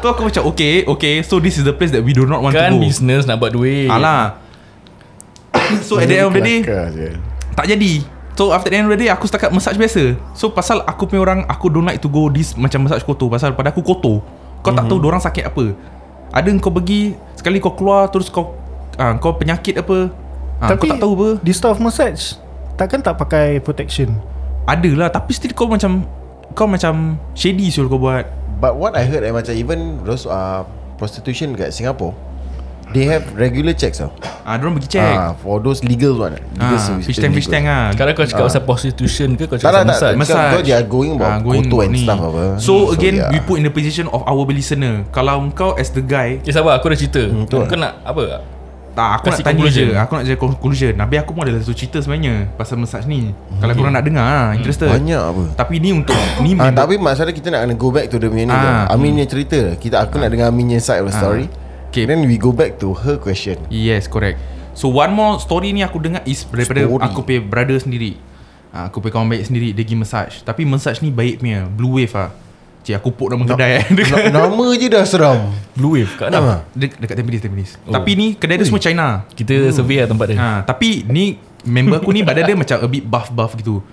S2: tu aku macam okay, okay. So this is the place that we do not want
S6: Kan
S2: to go.
S6: business nak buat duit
S2: Alah. so at the end of the day
S3: Kelakar je.
S2: tak jadi. So after the end of the day aku setakat massage biasa. So pasal aku punya orang aku don't like to go this macam massage kotor pasal pada aku kotor. Kau tak tahu orang sakit apa. Ada kau pergi sekali kau keluar terus kau ah, kau penyakit apa. Ah, kau tak tahu apa.
S4: This type of massage Takkan tak pakai protection
S2: Ada lah Tapi still kau macam Kau macam Shady siul kau buat
S3: But what I heard eh, Macam even Those uh, prostitution kat Singapore They have regular checks tau
S2: Ah, Diorang pergi check
S3: ah, For those legal one legal
S2: ah,
S3: service,
S2: Fish tank fish
S3: legal.
S2: tank lah
S6: Sekarang kau cakap pasal prostitution ke Kau
S3: Tak
S6: cakap
S3: lah,
S6: pasal massage
S3: tak.
S2: Massage Ah,
S3: Because they are going about kotor and stuff apa.
S2: So
S3: So,
S2: again
S3: yeah.
S2: We put in the position Of our listener Kalau kau as the guy
S6: Eh sabar aku dah cerita
S3: betul.
S6: Kau nak apa
S2: tak, aku
S6: Kasih
S2: nak tanya
S6: conclusion.
S2: je Aku nak jadi conclusion Habis aku pun ada satu cerita sebenarnya Pasal massage ni Kalau korang nak dengar lah Interested
S3: Hmm. Banyak apa
S2: Tapi ni untuk Ni
S3: Ah,
S2: memang-
S3: tapi masalah kita nak kena go back to the punya ni ah,
S2: Ah.
S3: Amin punya cerita kita, Aku nak dengar Amin punya side of the story
S2: Okay.
S3: Then we go back to her question
S2: Yes correct So one more story ni aku dengar Is daripada
S3: Story.
S2: story. aku punya brother sendiri Ah, Aku punya kawan baik sendiri Dia pergi massage Tapi massage ni baik punya Blue wave lah Cik aku pok nama kedai eh. dekat,
S3: Na- Nama je dah seram
S6: Blue wave kat mana
S2: de- dekat Tampines Tampines oh. Tapi ni kedai dia semua China
S6: Kita survey lah tempat dia
S2: ha, Tapi ni Member aku ni badan dia macam A bit buff-buff gitu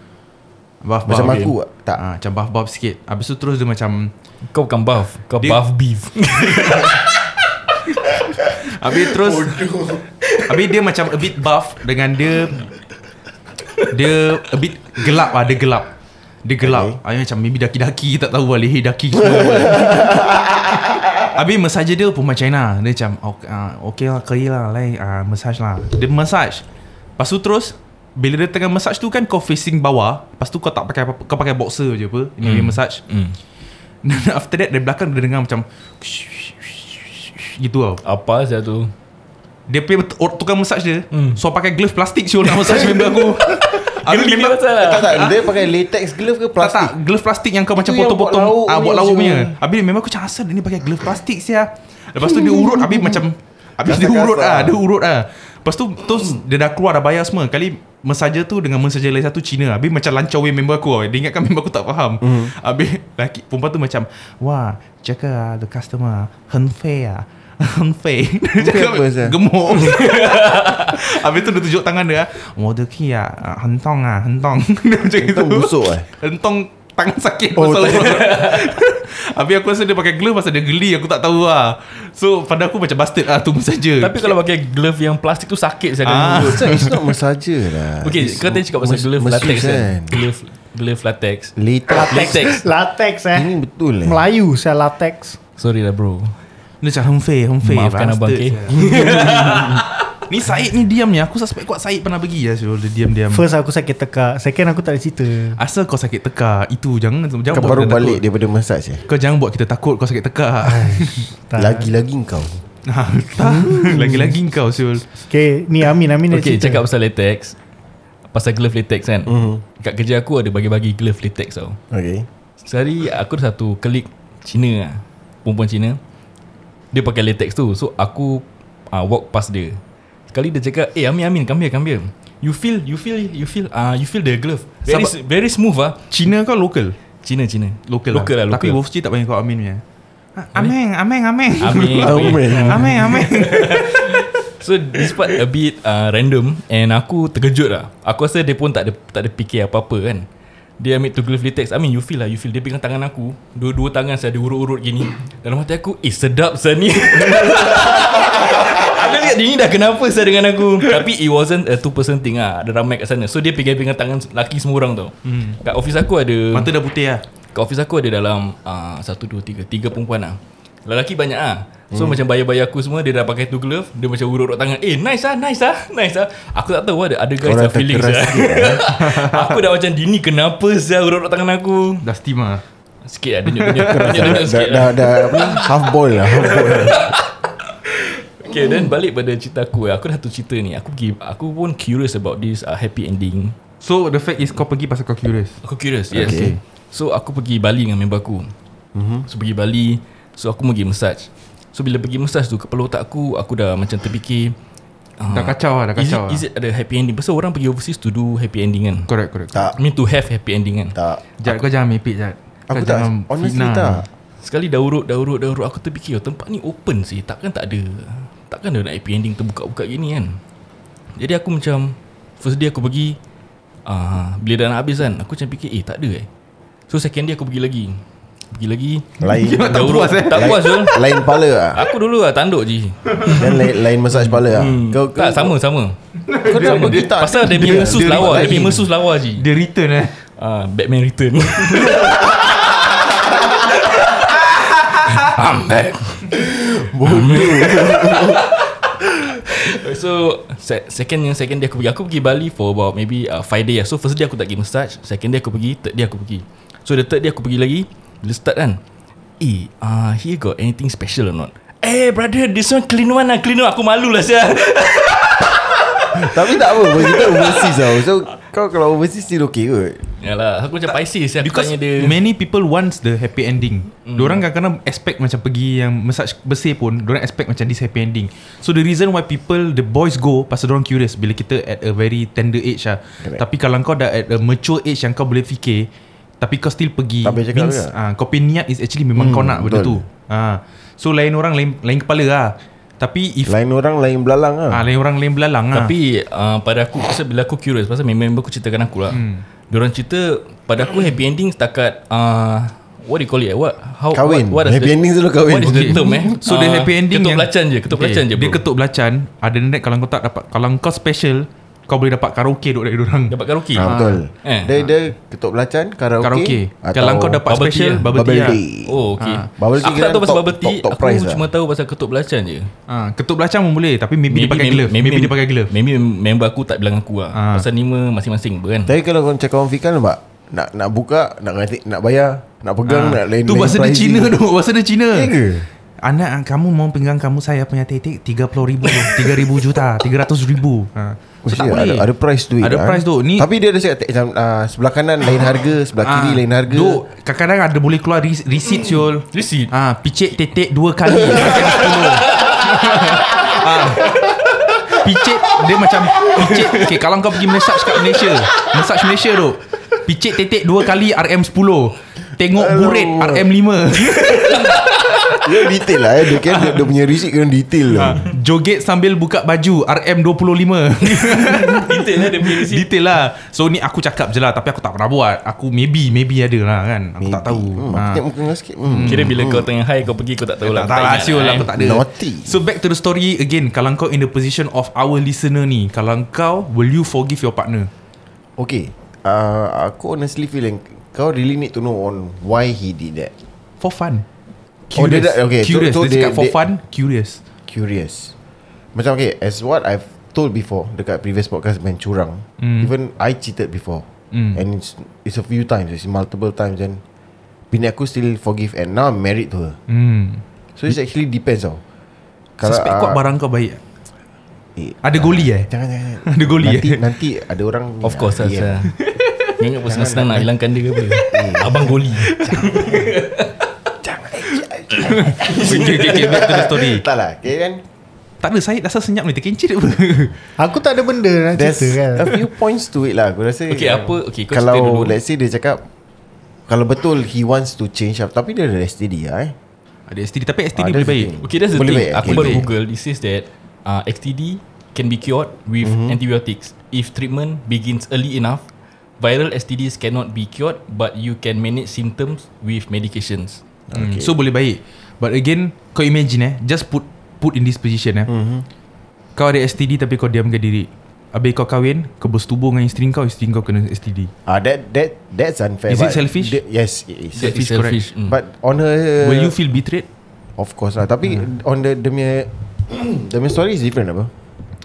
S2: Buff-buff
S3: Macam aku ah? Tak.
S2: ha, Macam buff-buff sikit Habis tu terus dia macam
S6: Kau bukan buff Kau
S2: Dia-
S6: buff beef
S2: Habis terus Habis dia macam a bit buff Dengan dia Dia a bit gelap lah Dia gelap Dia gelap okay. Macam maybe daki-daki Tak tahu lah Leher daki semua Habis massage dia pun macam China Dia macam Okay, uh, okay lah Kari lah like, uh, Massage lah Dia massage Lepas tu terus Bila dia tengah massage tu kan Kau facing bawah Lepas tu kau tak pakai apa-apa Kau pakai boxer je apa Ini mm. massage mm. Dan after that Dari belakang dia dengar macam Gitu tau
S6: Apa saja tu
S2: dia pay tukang massage dia hmm. So pakai glove plastik Syul nak massage member aku Habis
S6: Geli
S2: member
S6: pasal lah
S3: Tak tak Dia pakai latex glove ke
S2: tak, tak
S3: plastik
S2: Glove plastik yang kau macam
S3: Itu yang buat lauk
S2: potong-potong ah,
S3: ni,
S2: Buat lauk
S3: Syul.
S2: punya Habis member aku macam Asal dia ni pakai glove plastik sia Lepas tu dia urut Habis macam Habis dia
S3: Kasar-kasar.
S2: urut ah, Dia urut ah. Lepas tu Terus dia dah keluar Dah bayar semua Kali Massager tu dengan massager lain satu Cina Habis macam lancau way member aku tau. Dia ingatkan member aku tak faham
S3: Mhm.
S2: mm. Habis laki, Perempuan tu macam Wah Jaga ah, the customer 很肥 ah 很肥 Dia cakap,
S3: apa, sia?
S2: Gemuk Habis tu dia tunjuk tangan dia 我的屁 ah 很痛 ah 很痛 Dia macam gitu
S3: Entah busuk eh
S2: Entong tangan sakit oh, pasal urut. Habis aku rasa dia pakai glove pasal dia geli aku tak tahu lah. So pada aku macam bastard lah tu saja.
S6: Tapi kalau pakai glove yang plastik tu sakit saya ah.
S2: Ah.
S3: So it's not massage lah
S6: Okay
S3: It's
S6: kau tadi cakap pasal
S3: mas-
S6: glove
S3: masseuse
S6: latex
S3: kan.
S6: kan Glove Glove latex
S3: Latex
S6: Latex
S4: Latex eh
S3: Ini betul eh
S4: Melayu saya latex
S6: Sorry lah bro
S2: dia macam hemfe hemfe
S6: Maafkan abang K
S2: Ni Said ni diam ni aku suspect kuat Said pernah pergi lah so dia diam-diam.
S4: First aku sakit tekak Second aku tak ada cerita
S2: Asal kau sakit tekak itu jangan jangan
S3: Kau
S2: buat
S3: baru
S2: kita
S3: balik
S2: takut.
S3: daripada massage eh
S2: Kau jangan buat kita takut kau sakit tekak. Ah.
S4: Tak.
S3: Lagi-lagi kau
S2: Ha, tak.
S6: Hmm.
S2: Lagi-lagi kau Syul.
S4: Okay ni Amin Amin ada
S6: Okay
S4: cerita
S6: cakap pasal latex Pasal glove latex kan Kat kerja aku ada bagi-bagi glove latex tau
S3: Okay
S6: Sekali aku ada satu klik Cina lah Perempuan Cina Dia pakai latex tu So aku uh, walk past dia Sekali dia cakap Eh Amin Amin come here come here You feel you feel you feel ah uh, you feel the glove very
S2: Sabar.
S6: very smooth ah
S2: Cina kau lokal.
S6: Cina Cina
S2: Lokal,
S6: local lah,
S2: Tapi
S6: local.
S2: Wolfsy tak panggil kau Amin punya. Ah, Ameng, Ameng, Ameng.
S6: Amin
S3: Amin.
S2: Ameng, Ameng.
S6: So this part a bit uh, random And aku terkejut lah Aku rasa dia pun tak ada tak ada fikir apa-apa kan Dia ambil to glove latex I mean you feel lah you feel Dia pegang tangan aku Dua-dua tangan saya ada urut-urut gini Dalam hati aku Eh sedap saya ni Aku lihat dia ni dah kenapa saya dengan aku Tapi it wasn't a two person thing lah Ada ramai kat sana So dia pegang-pegang tangan laki semua orang tau hmm. Kat office aku ada
S2: Mata dah putih lah.
S6: Kat office aku ada dalam uh, Satu, dua, tiga Tiga perempuan lah Lelaki banyak lah So hmm. macam bayar-bayar aku semua Dia dah pakai tu glove Dia macam urut-urut tangan Eh nice lah Nice lah Nice lah Aku tak tahu ada Ada guys
S3: Korang
S6: dah feeling
S3: terkeras eh?
S6: saya Aku dah macam Dini kenapa saya urut-urut tangan aku
S2: Dah steam lah.
S6: Sikit lah Denyut-denyut Denyut-denyut
S3: dah,
S6: sikit
S3: dah,
S6: lah
S3: dah, apa ni? half boil lah half boil.
S6: Okay then balik pada cerita aku eh. Aku dah tu cerita ni Aku pergi Aku pun curious about this uh, Happy ending
S2: So the fact is kau pergi pasal kau curious.
S6: Aku curious yes.
S3: Okay.
S6: Okay. So aku pergi Bali dengan member aku mm-hmm. So pergi Bali So aku pergi massage So bila pergi massage tu Kepala otak aku Aku dah macam terfikir uh,
S3: Ah.
S2: Dah kacau lah, dah
S6: is it,
S2: kacau lah.
S6: is it ada happy ending Pasal orang pergi overseas To do happy ending kan
S2: Correct, correct.
S3: tak
S6: I mean to have happy ending kan
S3: tak
S2: Jad, kau jangan mepek Jad.
S3: aku
S2: Kau
S3: tak
S2: jangan
S3: honestly
S2: fitnah.
S3: tak
S6: Sekali dah urut Dah urut Dah urut Aku terfikir oh, Tempat ni open sih Takkan tak ada Takkan ada nak happy ending Terbuka-buka gini kan Jadi aku macam First day aku pergi uh, Bila dah nak habis kan Aku macam fikir Eh tak ada eh So second day aku pergi lagi Pergi lagi
S3: lain
S6: Dah urut.
S2: puas, eh?
S6: Tak puas Zul
S3: lain pala lah
S6: Aku dulu lah tanduk je
S3: dan lain, lain massage pala lah
S2: Hmm.
S3: kau, kau
S6: Tak sama sama
S3: kau dah pergi Eh, tak
S6: Pasal dia punya mesus
S3: dia
S6: lawa Dia
S3: lain.
S6: punya mesus lawa je
S2: Dia return eh.
S6: Ah, Batman Return I'm back So se- Second yang second day aku pergi Aku pergi Bali for about maybe uh, five day lah So first day aku tak pergi massage Second day aku pergi Third day aku pergi So the third day aku pergi lagi Bila start kan Eh uh, Here got anything special or not Eh brother This one clean one lah Clean one Aku malu lah siya
S3: tapi tak apa bagi kita overseas tau so kau kalau overseas still okay kot
S6: Yalah Aku macam Pisces siya, Aku
S2: Because
S6: tanya dia
S2: many people wants the happy ending. Mm. Diorang kadang-kadang expect macam pergi yang massage bersih pun, diorang expect macam this happy ending. So the reason why people, the boys go, pasal diorang curious bila kita at a very tender age lah.
S3: Correct.
S2: Correct. Tapi kalau kau dah at a mature age yang kau boleh fikir, tapi kau still pergi,
S3: Tak boleh cakap
S2: means
S3: juga. Hmm,
S2: ah, kau punya niat is actually memang mm, kau nak benda
S3: betul.
S2: tu. Ah, so lain orang, lain, lain kepala lah. Tapi if
S3: lain orang lain belalang lah
S2: ah, lain orang, lain belalang lah.
S6: Tapi uh, pada aku pasal bila aku curious pasal member aku ceritakan aku lah. Hmm. Diorang cerita pada aku happy ending setakat uh, what do you call it? What how
S3: Kahwin.
S6: what, what does
S3: Happy ending selalu kahwin.
S6: What is the
S2: Okay.
S6: term eh?
S2: So the
S6: Ah,
S2: happy ending
S6: ketuk
S2: yang-
S6: belacan je, ketuk belacan je.
S2: Dia
S6: bro.
S2: ketuk belacan Ada net kalau kau tak dapat Kalau kau special Kau boleh dapat karaoke Duduk dari orang
S6: dapat karaoke.
S3: Ah, betul.
S6: Eh.
S3: Dia dia ketuk belacan karaoke.
S2: Karaoke Kalau kau dapat
S6: bubble tea
S2: special
S6: lah.
S2: Bubble tea lah.
S6: Oh okay.
S2: Ah.
S3: Bubble tea
S6: aku tak
S3: kan
S6: tahu pasal
S3: top-
S6: bubble tea.
S3: top- top
S6: Aku
S3: price lah.
S6: cuma tahu pasal ketuk belacan je.
S2: Ah, Ketuk belacan pun boleh Tapi maybe, dia pakai
S6: mem-
S2: glove Maybe, dia pakai glove
S6: Maybe member aku tak bilang aku lah.
S2: Ah.
S6: Pasal nima masing-masing kan.
S3: Tapi kalau kau cakap orang fikir nampak nak nak buka, nak ngantik, nak bayar, nak pegang, nak lain
S2: Ah. Tu bahasa dia Cina tu Bahasa dia Cina
S3: Ya ke?
S2: Anak kamu mau pegang kamu saya punya titik 30 ribu 3 ribu juta 300 ribu ha.
S3: Oh, shit, ada, ada price tu eh.
S2: Ada price tu Ni Ah.
S3: Tapi dia ada cakap tak- macam uh, Sebelah kanan lain harga Sebelah kiri lain harga
S2: Duk, kadang-kadang ada boleh keluar ris- receipt siul.
S6: Hmm. Receipt?
S2: Ah, picit tetek dua kali. Kena sepuluh. ah. Picit dia macam picit. Okay, kalau kau pergi massage kat Malaysia, massage Malaysia tu. Picit tetek dua kali RM10. Tengok burit RM5.
S3: Dia detail lah eh. Dia kan dia, dia punya receipt kena detail lah
S2: Ah. Joget sambil buka baju RM25.
S6: Detail lah dia punya receipt.
S2: Detail lah. So ni aku cakap je lah tapi aku tak pernah buat. Aku maybe maybe ada lah kan. Aku tak tahu.
S3: hmm, Aku
S2: Ah.
S3: tengok muka kau sikit hmm.
S6: Kira bila kau tengah high kau pergi kau tak tahu lah.
S2: Tak, tak lah Siul lah
S6: eh.
S2: Aku tak ada
S3: Naughty.
S2: So back to the story again Kalau kau in the position of Our listener ni Kalau kau Will you forgive your partner
S3: Okay uh, Aku honestly feeling Kau really need to know on Why he did that
S2: For fun
S3: Oh, dia dah- okay, so-
S2: Curious
S3: so
S2: Dia
S3: they-
S2: cakap for
S3: they-
S2: fun Curious
S3: Curious Macam okay As what I've told before Dekat previous podcast Main curang
S6: Hmm.
S3: mm. Even I cheated before mm. And it's It's a few times It's multiple times And Bini aku still forgive And now I'm married to her
S2: hmm.
S3: So it's actually depends tau
S2: Suspect
S3: ah,
S2: kuat barang kau baik
S3: eh,
S2: Ada goli eh
S3: Jangan jangan jangan.
S2: Ada goli
S3: nanti,
S2: eh?
S3: nanti ada orang ah,
S6: Of course lah
S3: DM.
S6: yeah. Ingat pun senang-senang nak hilangkan dia ke apa Abang goli
S2: okay, okay, okay, Back to the story
S3: Tak lah okay, kan?
S2: Tak ada Syed rasa senyap ni Terkencit apa
S4: Aku tak ada benda nak
S3: There's
S4: cerita kan
S3: a few points to it lah Aku rasa
S6: Okay, apa- okay, kau cerita
S3: Kalau
S6: dulu.
S3: let's say dia cakap Kalau betul he wants to change up Tapi dia ada STD lah eh
S2: Ada STD Tapi STD
S3: Ada
S2: boleh baik
S3: STD.
S6: Okay that's the
S3: Boleh
S6: thing
S3: baik,
S6: Aku
S3: okay.
S6: baru
S2: Boleh.
S6: google It says that uh, XTD can be cured with mm-hmm. antibiotics If treatment begins early enough Viral STDs cannot be cured But you can manage symptoms with medications
S2: okay. Hmm, So boleh baik But again Kau imagine eh Just put Put in this position eh
S3: Mhm.
S2: mm-hmm. Kau ada STD Tapi kau diamkan diri Habis kau kahwin Kau bersetubuh dengan isteri kau Isteri kau kena STD
S3: Ah, that that that's unfair.
S2: Is it
S3: but
S2: selfish?
S3: the- yes, it is.
S2: That is correct.
S6: mm.
S3: But on her,
S2: Will you feel Mm. betrayed?
S3: of course lah. Tapi on the the punya the punya story is different apa?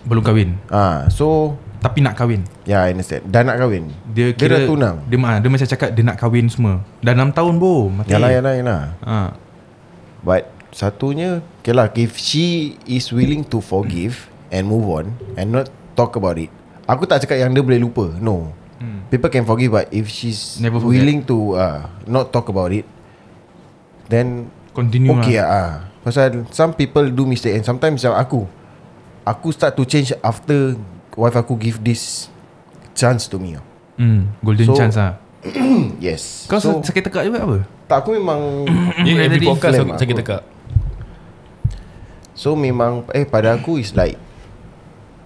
S2: Belum kahwin
S3: Ah, so
S2: tapi nak kahwin.
S3: Yeah, I understand. Dah nak kahwin.
S2: Dia
S3: dia dah
S2: kira
S3: tunang.
S2: Dia, ma- dia macam cakap dia nak kahwin semua. Dah 6 tahun bro, mati.
S3: Yalah, yalah, yalah.
S2: Ha.
S3: lah, ya But satunya, okay lah, if she is willing to forgive and move on and not talk about it. Aku tak cakap yang dia boleh lupa. No. Hmm. People can forgive but if she's
S2: Never forget.
S3: willing to uh, not talk about it, then
S2: Continue
S3: okay
S2: lah.
S3: lah. ah. Pasal some people do mistake and sometimes macam aku. Aku start to change after wife aku give this chance to me. ah.
S2: Hmm, golden so,
S3: So-
S2: chance lah.
S3: Yes.
S2: Kau so, sakit tekak juga apa?
S3: tak aku memang
S6: Dia every
S2: Already
S6: podcast
S3: flame
S6: aku sakit
S3: aku.
S6: tekak.
S3: So memang eh pada aku is like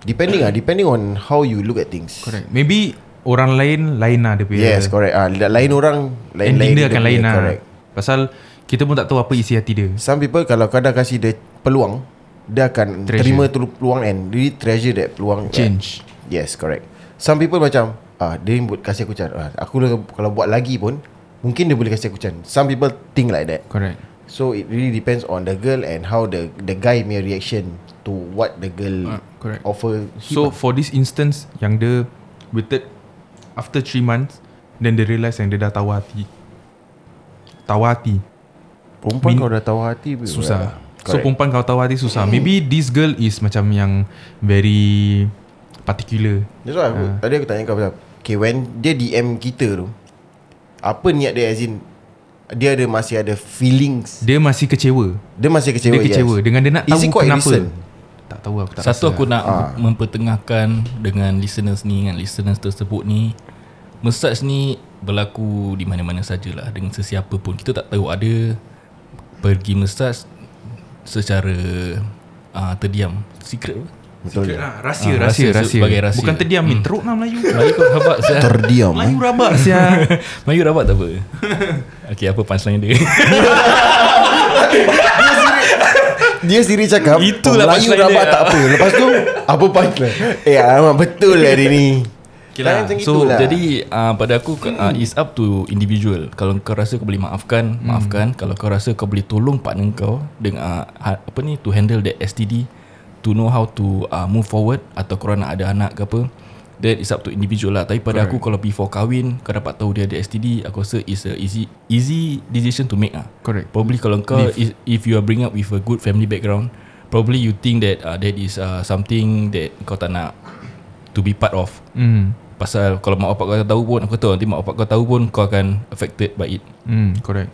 S3: depending ah depending on how you look at things.
S2: Correct. Maybe orang lain lain lah dia punya.
S3: Yes, correct. Ah la- lain orang lain
S2: Ending
S3: lain
S2: dia akan
S3: punya,
S2: lain lah.
S3: Correct.
S2: Pasal kita pun tak tahu apa isi hati dia.
S3: Some people kalau kadang kasih dia peluang dia akan
S2: Treasure.
S3: treasure. terima tu peluang and really treasure that peluang. kan?
S2: Change.
S3: Yes, correct. Some people macam ah dia buat kasih aku chance. Ah, aku le- kalau buat lagi pun mungkin dia boleh kasih aku chance. Some people think like that.
S2: Correct.
S3: So it really depends on the girl and how the the guy punya reaction to what the girl
S2: Ah, correct.
S3: offer.
S2: So for this instance yang dia waited after 3 months then dia realise yang dia dah tawar hati. Tawar hati.
S3: Perempuan
S2: Min-
S3: kau dah tahu hati pun
S2: Susah.
S3: lah.
S2: So
S3: Correct.
S2: perempuan kalau tawar hati susah. Maybe this girl is macam yang very particular.
S3: That's why aku,
S2: Ah.
S3: Tadi aku tanya kau pasal Okay when dia DM kita tu Apa niat dia as in Dia ada masih ada feelings
S2: Dia masih kecewa.
S3: Dia masih kecewa
S2: Dia kecewa
S3: yes.
S2: dengan dia nak
S3: Is
S2: tahu
S3: it quite
S2: kenapa.
S3: recent?
S2: Tak tahu aku tak
S6: Satu
S2: rasa
S6: aku
S2: lah.
S6: nak mempertengahkan dengan listeners ni dengan listeners tersebut ni. Massage ni berlaku di mana-mana sajalah dengan sesiapa pun. Kita tak tahu ada pergi massage secara uh, terdiam. Secret apa?
S3: Betul
S2: Ah, rahsia,
S6: Ah, rahsia,
S2: rahsia, rahsia,
S6: sebagai rahsia.
S2: Bukan terdiam ni, teruk lah Melayu.
S6: Melayu kau rabak saya.
S3: Terdiam eh?
S2: Melayu rabak sia.
S6: Melayu rabak tak apa? Okay, apa punchline dia?
S3: Dia sendiri cakap
S6: Itulah
S3: oh, Melayu
S6: punchline
S3: rabak
S6: dia.
S3: tak apa Lepas tu Apa punchline Eh alamak betul lah dia ni
S2: Okay lah.
S3: Macam
S6: So
S3: itulah.
S6: jadi uh, pada aku uh, is up to individual. Kalau kau rasa kau boleh maafkan, hmm. maafkan. Kalau kau rasa kau boleh tolong partner kau dengan uh, ha- apa ni to handle that STD, to know how to uh, move forward atau kau nak ada anak ke apa. That is up to individual lah. Tapi pada Correct. aku kalau before kahwin kau dapat tahu dia ada STD, aku rasa is a easy easy decision to make ah.
S2: Correct.
S6: Probably kalau kau if, if you are bring up with a good family background, probably you think that uh, that is uh, something that kau tak nak to be part of.
S2: Hmm.
S6: Pasal kalau mak bapak kau tahu pun Aku tahu nanti mak bapak kau tahu pun Kau akan affected by it
S2: Hmm, correct.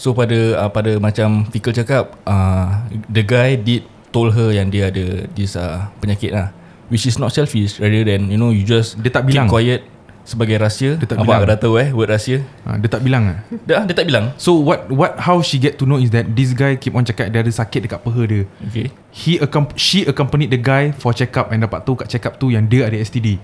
S6: So pada uh, pada macam Fikul cakap uh, The guy did Told her yang dia ada This uh, penyakit lah Which is not selfish Rather than you know You just
S2: Dia tak
S6: keep
S2: bilang.
S6: quiet Sebagai rahsia
S2: Dia tak
S6: Abang
S2: bilang.
S6: dah tahu eh Word rahsia
S2: Ha, dia tak bilang ah.
S6: Dah dia tak bilang
S2: So what what how she get to know is that this guy keep on cakap dia ada sakit dekat peha dia.
S6: Okay
S2: He accom- she accompanied the guy for check up and dapat tahu kat check up tu yang dia ada STD.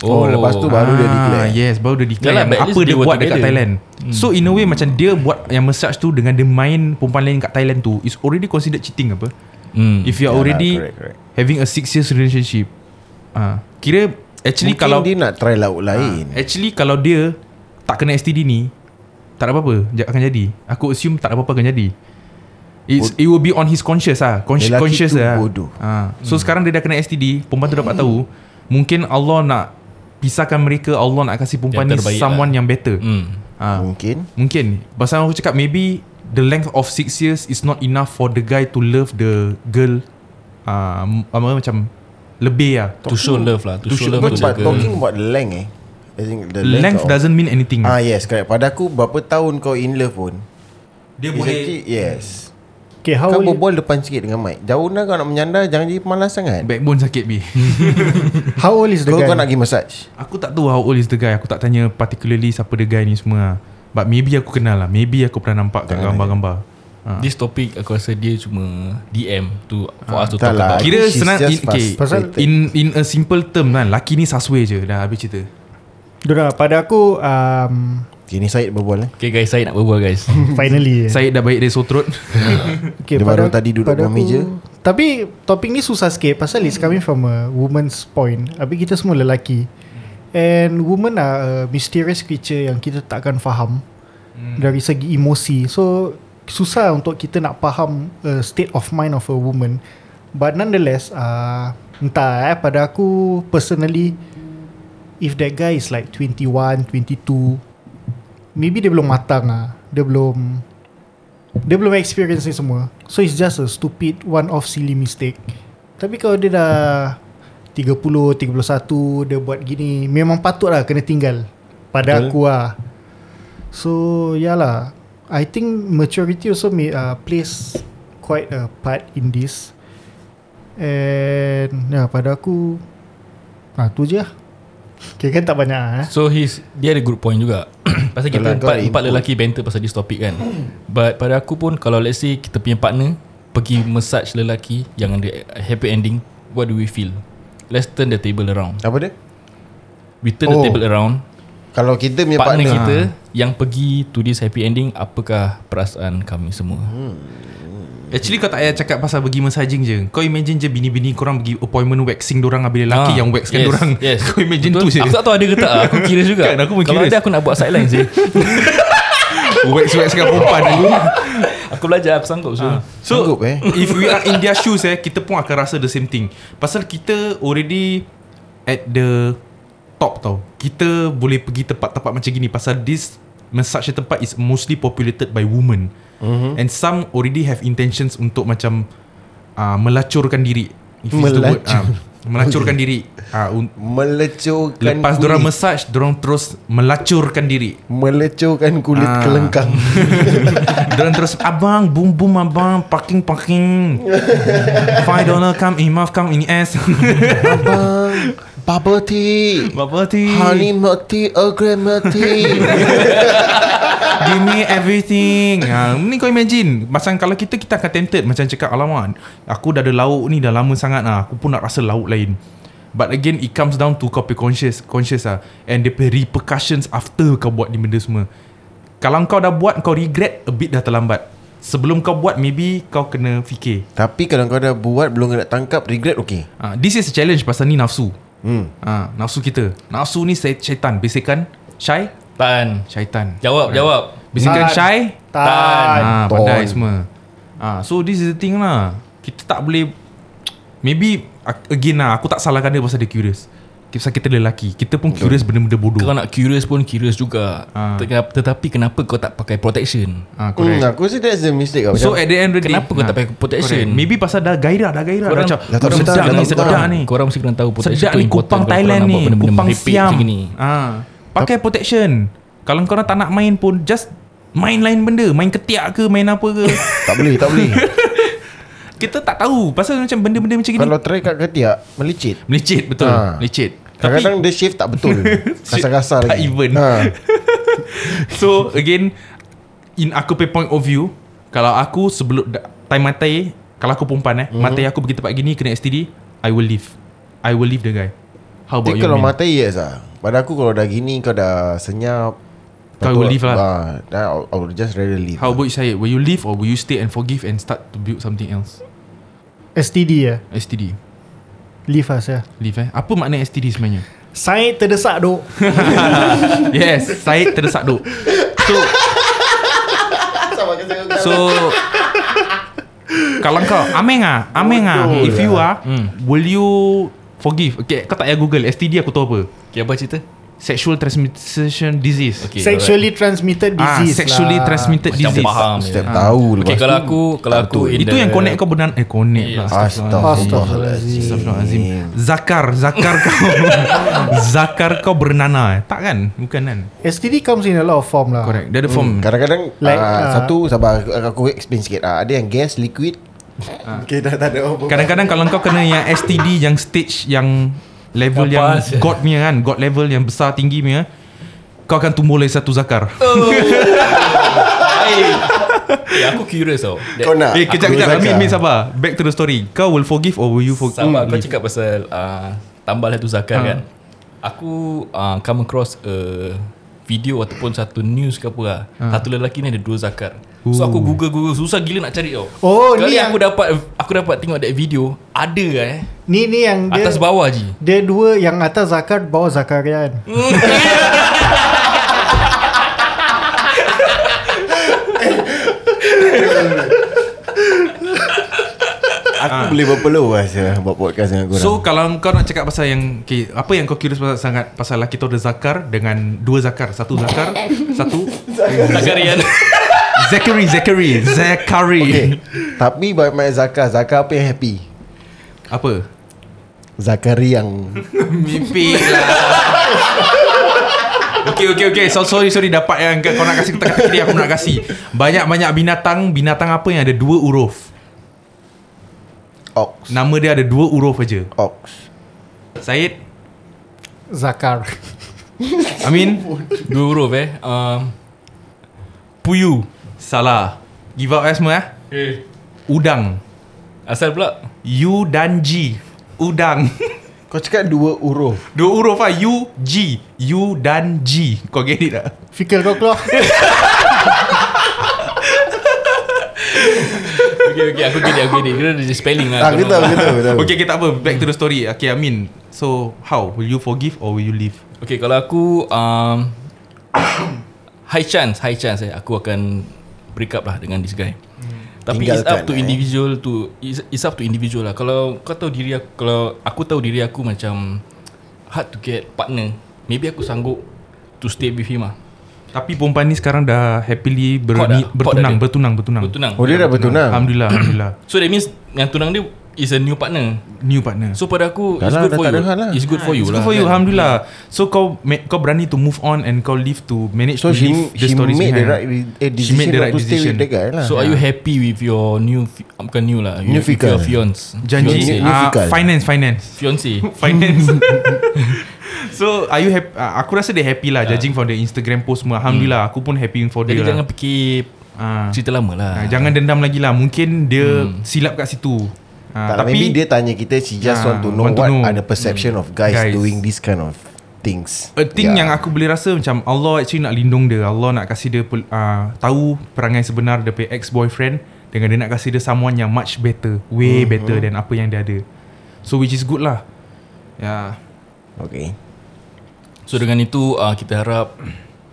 S3: Oh, lepas tu baru
S2: ah,
S3: dia declare
S2: Yes, baru dia declare
S6: Yalah,
S2: yang
S6: but at
S2: apa
S6: least
S2: dia
S6: they were
S2: buat dekat
S6: together.
S2: Thailand. Hmm. So in a way macam dia buat yang massage tu dengan dia main perempuan lain kat Thailand tu is already considered cheating apa?
S6: Hmm.
S2: If you are
S3: Yalah,
S2: already
S3: correct, correct.
S2: having a 6 years relationship. Ah, kira actually
S3: Mungkin
S2: kalau Ah, eh,
S3: dia nak try lauk lain
S2: Actually kalau dia tak kena STD ni tak ada apa-apa ja- akan jadi. Aku assume tak ada apa-apa akan jadi. It's, it will be on his conscious ah, conscious
S3: Lelaki
S2: conscious
S3: tu
S2: ah.
S3: bodoh. Hmm.
S2: Ah. So hmm. sekarang dia dah kena STD, perempuan tu dapat tahu. Mungkin Allah nak pisahkan mereka, Allah nak kasih perempuan
S6: Yang
S2: ni
S6: terbaik lah.
S2: someone yang better.
S6: hmm.
S2: Ah.
S3: Mungkin
S2: Mungkin Pasal aku cakap Maybe The length of 6 years Is not enough For the guy to love The girl uh, Apa macam Lebih lah
S6: To show love lah To,
S2: To
S6: show,
S2: show-
S6: love to
S3: But but
S6: the girl
S3: talking about length eh I think the
S2: Length
S3: of-
S2: doesn't mean anything
S3: Ah yes correct Pada aku berapa tahun kau in love pun
S2: Dia
S3: Is actually yes
S4: Okay, how
S3: Kau
S4: will you,
S3: berbual depan sikit dengan mic Jauh dah kau nak menyandar Jangan jadi pemalas sangat
S2: Backbone sakit B
S4: how old is the
S3: Kau,
S4: guy?
S3: kau nak pergi massage
S2: Aku tak tahu How old is the guy Aku tak tanya particularly Siapa the guy ni semua lah. But maybe aku kenal lah Maybe aku pernah nampak Kat gambar-gambar
S3: Ah.
S2: ha.
S6: This topic aku rasa dia cuma DM to For us to
S3: tak
S6: talk
S3: lah.
S6: about
S3: I
S2: Kira
S3: think she's
S2: senang in,
S3: just
S2: okay,
S3: frustrated.
S2: in, in a simple term kan Laki ni saswe je Dah habis cerita
S4: Dora, pada aku, um,
S3: Okay ni Syed berbual eh
S6: Okay guys saya nak berbual guys
S4: finally. je.
S2: Syed dah baik dari sotrot
S4: Okay,
S3: Dia
S4: pada-
S3: baru tadi duduk bawah
S4: pada aku-
S3: meja.
S4: Tapi topik ni susah sikit pasal it's coming from a woman's point. Habis kita semua lelaki. And women are a mysterious creature yang kita takkan faham hmm. dari segi emosi. So susah untuk kita nak faham a state of mind of a woman. But nonetheless uh, Entah eh Pada aku Personally If that guy is like 21 22 Maybe dia belum matang lah Dia belum Dia belum experience ni semua So it's just a stupid One off silly mistake Tapi kalau dia dah 30, 31 Dia buat gini Memang patut lah Kena tinggal Pada
S3: Betul.
S4: Betul. aku lah So yalah I think maturity also may, uh, Plays Quite a part in this And Ya pada aku Ah tu je lah Okay kan tak banyak lah eh.
S6: So he's Dia ada good point juga Pasal kita
S3: Kalau kau ada
S6: empat, empat
S3: input.
S6: lelaki banter pasal this topic kan But pada aku pun Kalau let's say kita punya partner Pergi massage lelaki Yang ada happy ending What do we feel? Let's turn the table around
S3: Apa dia?
S6: We turn oh.
S3: Oh.
S6: the table around
S3: Kalau kita punya
S6: Partner,
S3: partner,
S6: kita Yang pergi to this happy ending Apakah perasaan kami semua?
S2: Actually kau tak payah cakap pasal pergi massaging je Kau imagine je bini-bini korang pergi appointment waxing dorang Habis lelaki
S6: Ah,
S2: yang waxkan
S6: yes,
S2: dorang
S6: yes.
S2: Kau imagine
S6: Betul.
S2: tu je
S6: Aku tak tahu ada ke tak Aku kira juga
S2: Kan, aku pun
S6: Kalau
S2: curious.
S6: ada aku nak buat sideline je
S2: Wax-waxkan perempuan dulu
S6: Aku belajar Aku sanggup so.
S2: So
S3: Sanggup, eh.
S2: If we are in their shoes eh Kita pun akan rasa the same thing Pasal kita already At the Top tau Kita boleh pergi tempat-tempat macam gini Pasal this Massage tempat is mostly populated by women mm-hmm. And some already have intentions Untuk macam uh, Melacurkan diri If it's the word,
S3: Melacur.
S2: ah, Melacurkan diri uh, un-
S3: melecurkan
S2: Lepas
S3: kulit,
S2: dorang massage Dorang terus melacurkan diri
S3: melecurkan kulit
S2: Ah.
S3: kelengkang.
S2: Dorang terus Abang Boom boom abang Parking parking Five dollar come in Maaf come in ass
S3: Abang, bubble tea.
S2: Bubble tea
S3: Honey milk tea, Earl Grey milk tea.
S2: Give me everything ha, Ni kau imagine Macam kalau kita Kita akan tempted Macam cakap Alamak Aku dah ada lauk ni Dah lama sangat lah Aku pun nak rasa lauk lain But again It comes down to Kau punya conscious Conscious lah And the repercussions After kau buat ni benda semua Kalau kau dah buat Kau regret A bit dah terlambat Sebelum kau buat Maybe kau kena fikir
S3: Tapi kalau kau dah buat belum nak tangkap regret okey.
S2: ha, This is a challenge Pasal ni nafsu
S3: Hmm.
S2: ha, Nafsu kita Nafsu ni sy- syaitan Bisikan Syai
S6: Tan
S2: Syaitan
S6: Jawab Jawab
S2: Bisikan
S4: Tan.
S2: syai
S4: Tan.
S2: Ah,
S3: Ton.
S2: pandai semua. Ah, so this is the thing lah. Kita tak boleh maybe a- again lah aku tak salahkan dia pasal dia curious. Pasal kita lelaki, kita pun curious benda-benda bodoh.
S6: Kau nak curious pun Curious juga
S2: Ah.
S6: Tetapi- Tetapi kenapa kau tak pakai protection?
S2: Ah,
S3: Hmm,
S2: correct.
S3: aku rasa that's the mistake kau.
S2: So at the end of the day, Ah,
S6: Kenapa kau tak pakai protection?
S2: correct. Ha. Maybe pasal dah gairah, dah gairah.
S6: Korang-
S2: dah macam,
S3: Dah tak
S2: korang
S3: sedap,
S2: sedap
S3: dah
S2: ni,
S3: tak
S2: sedap
S3: sedap.
S2: ni.
S6: Korang mesti kena tahu Protection
S2: Sedap
S6: tu
S2: ni
S6: important
S2: kupang
S6: kalau korang
S2: Thailand
S6: nak buat
S2: ni
S6: benda-benda
S2: Kupang
S6: merepek
S2: Siam
S6: macam gini.
S3: Ah.
S2: ha. Pakai protection Kalau korang tak nak main pun Just main lain benda Main ketiak ke Main apa ke
S3: tak boleh, tak boleh.
S2: Kita tak tahu Pasal macam benda-benda macam gini
S3: kalau try kat ketiak melicit.
S2: Melicit betul
S3: Ah.
S2: Melicit Tapi
S3: Kadang-kadang dia shift tak betul. Kasar-kasar
S2: Tak
S3: lagi. Ha.
S2: even. So again In aku pay point of view Kalau aku sebelum da- Time matai Kalau aku perempuan eh
S3: Mhm.
S2: mm-hmm. Matai aku pergi tempat gini Kena STD I will leave I will leave the guy How
S3: Tapi
S2: about you
S3: kalau
S2: Min?
S3: mata yes lah. Pada aku kalau dah gini kau dah senyap.
S2: Kau
S3: Lepas tu,
S2: will leave lah.
S3: ah, dah, I I would just rather leave.
S2: How about you Syed Will you leave or will you stay And forgive and start to build something else
S4: STD ya
S2: STD
S4: Leave us ya
S2: Leave eh Apa makna STD sebenarnya
S4: Said terdesak dok
S2: Yes Syed terdesak duk So So Kalau kau Ameng ah Ameng ah If you are
S6: Hmm.
S2: Will you Forgive Okay kau tak payah google STD aku tahu apa
S6: Okay apa cerita?
S2: Sexual transmission disease.
S6: Okay,
S4: Sexually transmitted
S2: Ah,
S4: disease
S2: sexually
S4: lah.
S2: transmitted
S6: Macam
S2: disease.
S6: faham
S3: Setiap
S6: je.
S3: tahu
S6: Okay
S3: lepas
S6: kalau
S3: tu-
S6: aku Kalau
S3: tak
S6: aku
S3: betul.
S6: in
S2: Itu
S6: the-
S2: yang connect kau benar eh connect
S6: Yeah.
S2: yeah. lah.
S3: Astaghfirullahaladzim.
S2: Astagfirullahalazim. Zakar, zakar kau. zakar kau bernana eh. Tak kan? Bukan kan?
S4: STD comes in a lot of form
S3: Ah.
S4: lah
S2: Correct. Dia ada form.
S3: Kadang-kadang
S4: Like,
S3: ah,
S4: ah.
S3: Satu Sabar aku, aku explain sikit ah, Ada yang gas Liquid
S2: Ah.
S3: Okay dah tak ada apa
S2: Kadang-kadang kalau kau kena yang STD yang stage yang level
S6: Lepas je.
S2: yang god punya kan, god level yang besar tinggi punya, kau akan tumbuh lagi satu zakar.
S6: Eh aku curious tau That-
S3: Kau nak
S2: eh, kejap
S3: Aku
S2: kejap.
S3: zakar.
S2: Amin, Amin sabar. Back to the story. Kau will forgive or will you forgive?
S6: Sama kau cakap pasal uh, Tambal satu zakat
S2: Ha.
S6: kan Aku uh, come across a video ataupun satu news ke apa lah. Satu lelaki ni ada dua zakat. So aku google-google susah gila nak cari tau.
S4: Oh,
S6: Kali
S4: ni
S6: aku
S4: yang-
S6: dapat aku dapat tengok that video ada lah eh.
S4: Ni ni yang dia
S6: Atas bawah je.
S4: Dia dua yang atas zakat kan? Bawah zakarian
S3: Aku boleh berpeluh Asya Buat podcast dengan korang
S2: Ah. So kalau kau nak cakap pasal yang okay, Apa yang kau curious pasal sangat Pasal lelaki tu ada Zakar Dengan dua Zakar Satu Zakar Satu
S6: Zakarian
S2: Zachary Zachary Zachary
S3: okay. Tapi baik main Zaka Zaka apa yang happy
S2: Apa?
S3: Zakari yang
S2: Mimpi lah Okay okay okay so, Sorry sorry Dapat yang kau nak kasih Kata-kata kiri aku nak kasih Banyak-banyak binatang Binatang apa yang ada dua huruf
S3: Ox
S2: Nama dia ada dua huruf aja
S3: Ox
S2: Syed
S4: Zakar
S2: Amin
S6: Dua huruf eh um,
S2: Puyu Salah Give up eh semua eh
S6: eh.
S2: Udang
S6: Asal pula
S2: U dan G Udang
S3: Kau cakap dua huruf
S2: Dua huruf lah U G U dan G Kau get it tak?
S4: Fikir kau keluar
S6: Okay okay aku get it Aku get it Kira dia spelling lah
S3: Ah, kita tahu, kita tahu, kita tahu.
S2: Okay, okay tak apa Back to the story Okay Amin So how? Will you forgive or will you leave?
S6: Okay kalau aku um, High chance High chance eh, Aku akan Break up lah dengan this guy Tapi it's
S3: Hmm. Tinggalkan,
S6: up to
S3: eh.
S6: individual to it's, it's up to individual lah Kalau kau tahu diri aku Kalau aku tahu diri aku macam Hard to get partner Maybe aku sanggup To stay with him lah
S2: Tapi perempuan ni sekarang dah happily ber-
S6: Kau dah- kau dah
S2: bertunang,
S6: ada?
S2: bertunang, bertunang,
S6: Bertunang
S3: Oh dia dah bertunang
S2: Alhamdulillah, alhamdulillah.
S6: So that means Yang tunang dia Is a new partner
S2: New partner. So,
S6: So pada aku It's
S3: Dah lah,
S6: good
S3: dah
S6: for
S3: tak
S6: you
S3: ada hal lah.
S6: It's good for you
S2: Ah, it's
S6: lah
S2: good for you,
S6: kan?
S2: alhamdulillah. So kau ma- kau berani to move on and kau live to manage
S3: So
S2: to
S3: she,
S2: leave the
S3: she
S2: stories
S3: made the
S2: behind.
S3: right re- eh,
S2: She
S3: decision
S2: made the right
S3: To stay
S2: decision.
S3: with the guy lah
S6: So are you happy with your new fi- uh, bukan new lah,
S3: New
S6: your, with
S3: fikan.
S6: your fiance?
S2: Janji
S3: New- new
S2: uh,
S3: fikal.
S2: finance, finance.
S6: fiance.
S2: Finance. so are you happy? Uh, aku rasa dia happy lah judging from the Instagram post semua. Alhamdulillah, aku pun happy
S6: Ah.
S2: for
S6: Jadi
S2: dia.
S6: jangan
S2: Lah.
S6: fikir
S2: Ah.
S6: cerita lama lah.
S2: Ah, jangan dendam lagi lah. Mungkin dia hmm. silap kat situ. Ah,
S3: tak, tapi maybe dia tanya kita She just
S2: Ah,
S3: want to know
S2: want to
S3: What
S2: know.
S3: are the perception of guys,
S2: Guys.
S3: Doing this kind of things
S2: A thing yeah. yang aku boleh rasa macam Allah actually nak lindung dia. Allah nak kasi dia pel- uh, tahu perangai sebenar dia punya ex-boyfriend dengan dia nak kasi dia someone yang much better, way
S3: Hmm.
S2: mm-hmm. better than apa yang dia ada. So which is good lah. Ya.
S3: Okay
S6: So dengan itu uh, kita harap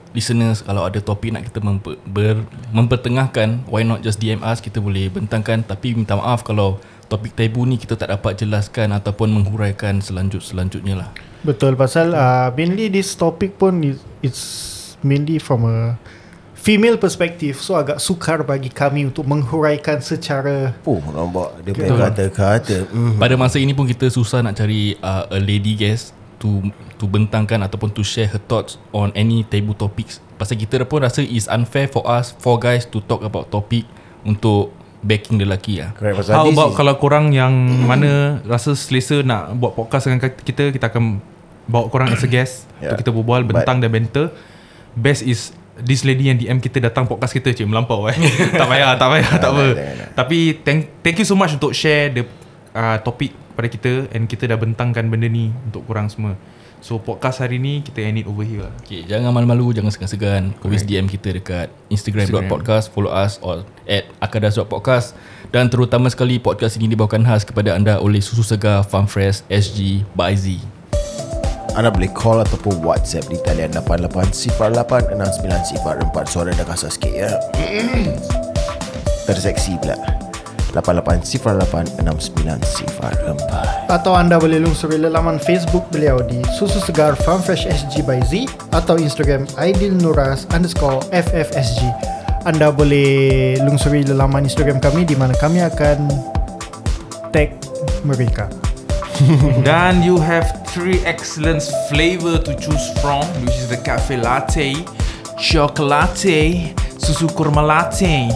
S6: listeners kalau ada topik nak kita memper, ber, mempertengahkan, why not just DM us kita boleh bentangkan tapi minta maaf kalau topik tabu ni kita tak dapat jelaskan ataupun menghuraikan selanjut-selanjutnya lah.
S4: Betul pasal uh, mainly this topic pun is, it's mainly from a female perspective so agak sukar bagi kami untuk menghuraikan secara
S3: Oh nampak Dia punya kata-kata mm.
S6: Pada masa ini pun kita susah nak cari uh, a lady guest to to bentangkan ataupun to share her thoughts on any tabu topics. Pasal kita pun rasa is unfair for us for guys to talk about topic untuk backing lelaki lah.
S3: Correct pasal
S2: Yeah. How
S3: this
S2: about
S3: is-
S2: kalau korang yang mana rasa selesa nak buat podcast dengan kat- kita, kita akan bawa korang as a guest yeah.
S3: Yeah.
S2: untuk kita berbual bentang dan banter. Best is this lady yang DM kita datang podcast kita cik melampau eh. tak payah, tak payah, tak apa.
S3: jangan, jangan.
S2: Tapi thank thank you so much untuk share the uh, topik pada kita and kita dah bentangkan benda ni untuk korang semua. So podcast hari ni kita end it over here lah.
S6: Okay, jangan malu-malu, jangan segan-segan. Always DM kita dekat Instagram.podcast, follow us or at akadas.podcast dan terutama sekali podcast ini dibawakan khas kepada anda oleh Susu Segar Farm Fresh SG by Z.
S3: Anda boleh call ataupun WhatsApp di talian 8808-6904 Suara dah kasar sikit ya Terseksi pula 8808-6904
S4: atau anda boleh lungsuri laman Facebook beliau di Susu Segar Farm Fresh SG by Z atau Instagram Aidil Nuras underscore FFSG. Anda boleh lungsuri laman Instagram kami di mana kami akan tag mereka.
S2: Dan you have three excellent flavor to choose from, which is the cafe latte, chocolate latte, susu kurma latte,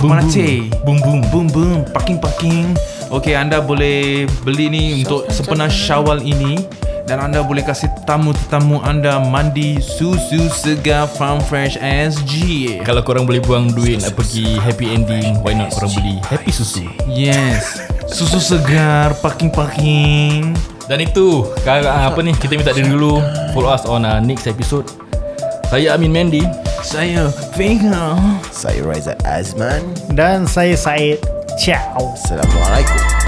S2: kurma latte, boom boom, boom boom, packing packing. Okay, anda boleh beli ni untuk sempena Syawal ini dan anda boleh kasih tamu-tetamu anda mandi susu segar Farm Fresh SG.
S6: Kalau korang boleh buang duit nak pergi happy ending, why not korang beli happy susu?
S2: Yes, susu segar, packing packing.
S6: Dan itu kar- ah, apa ni kita minta diri dulu follow us on uh, next episode. Saya Amin Mendy.
S2: Saya Vega.
S3: Saya Raizat Azman
S4: Dan saya Said. Ciao.
S3: Assalamualaikum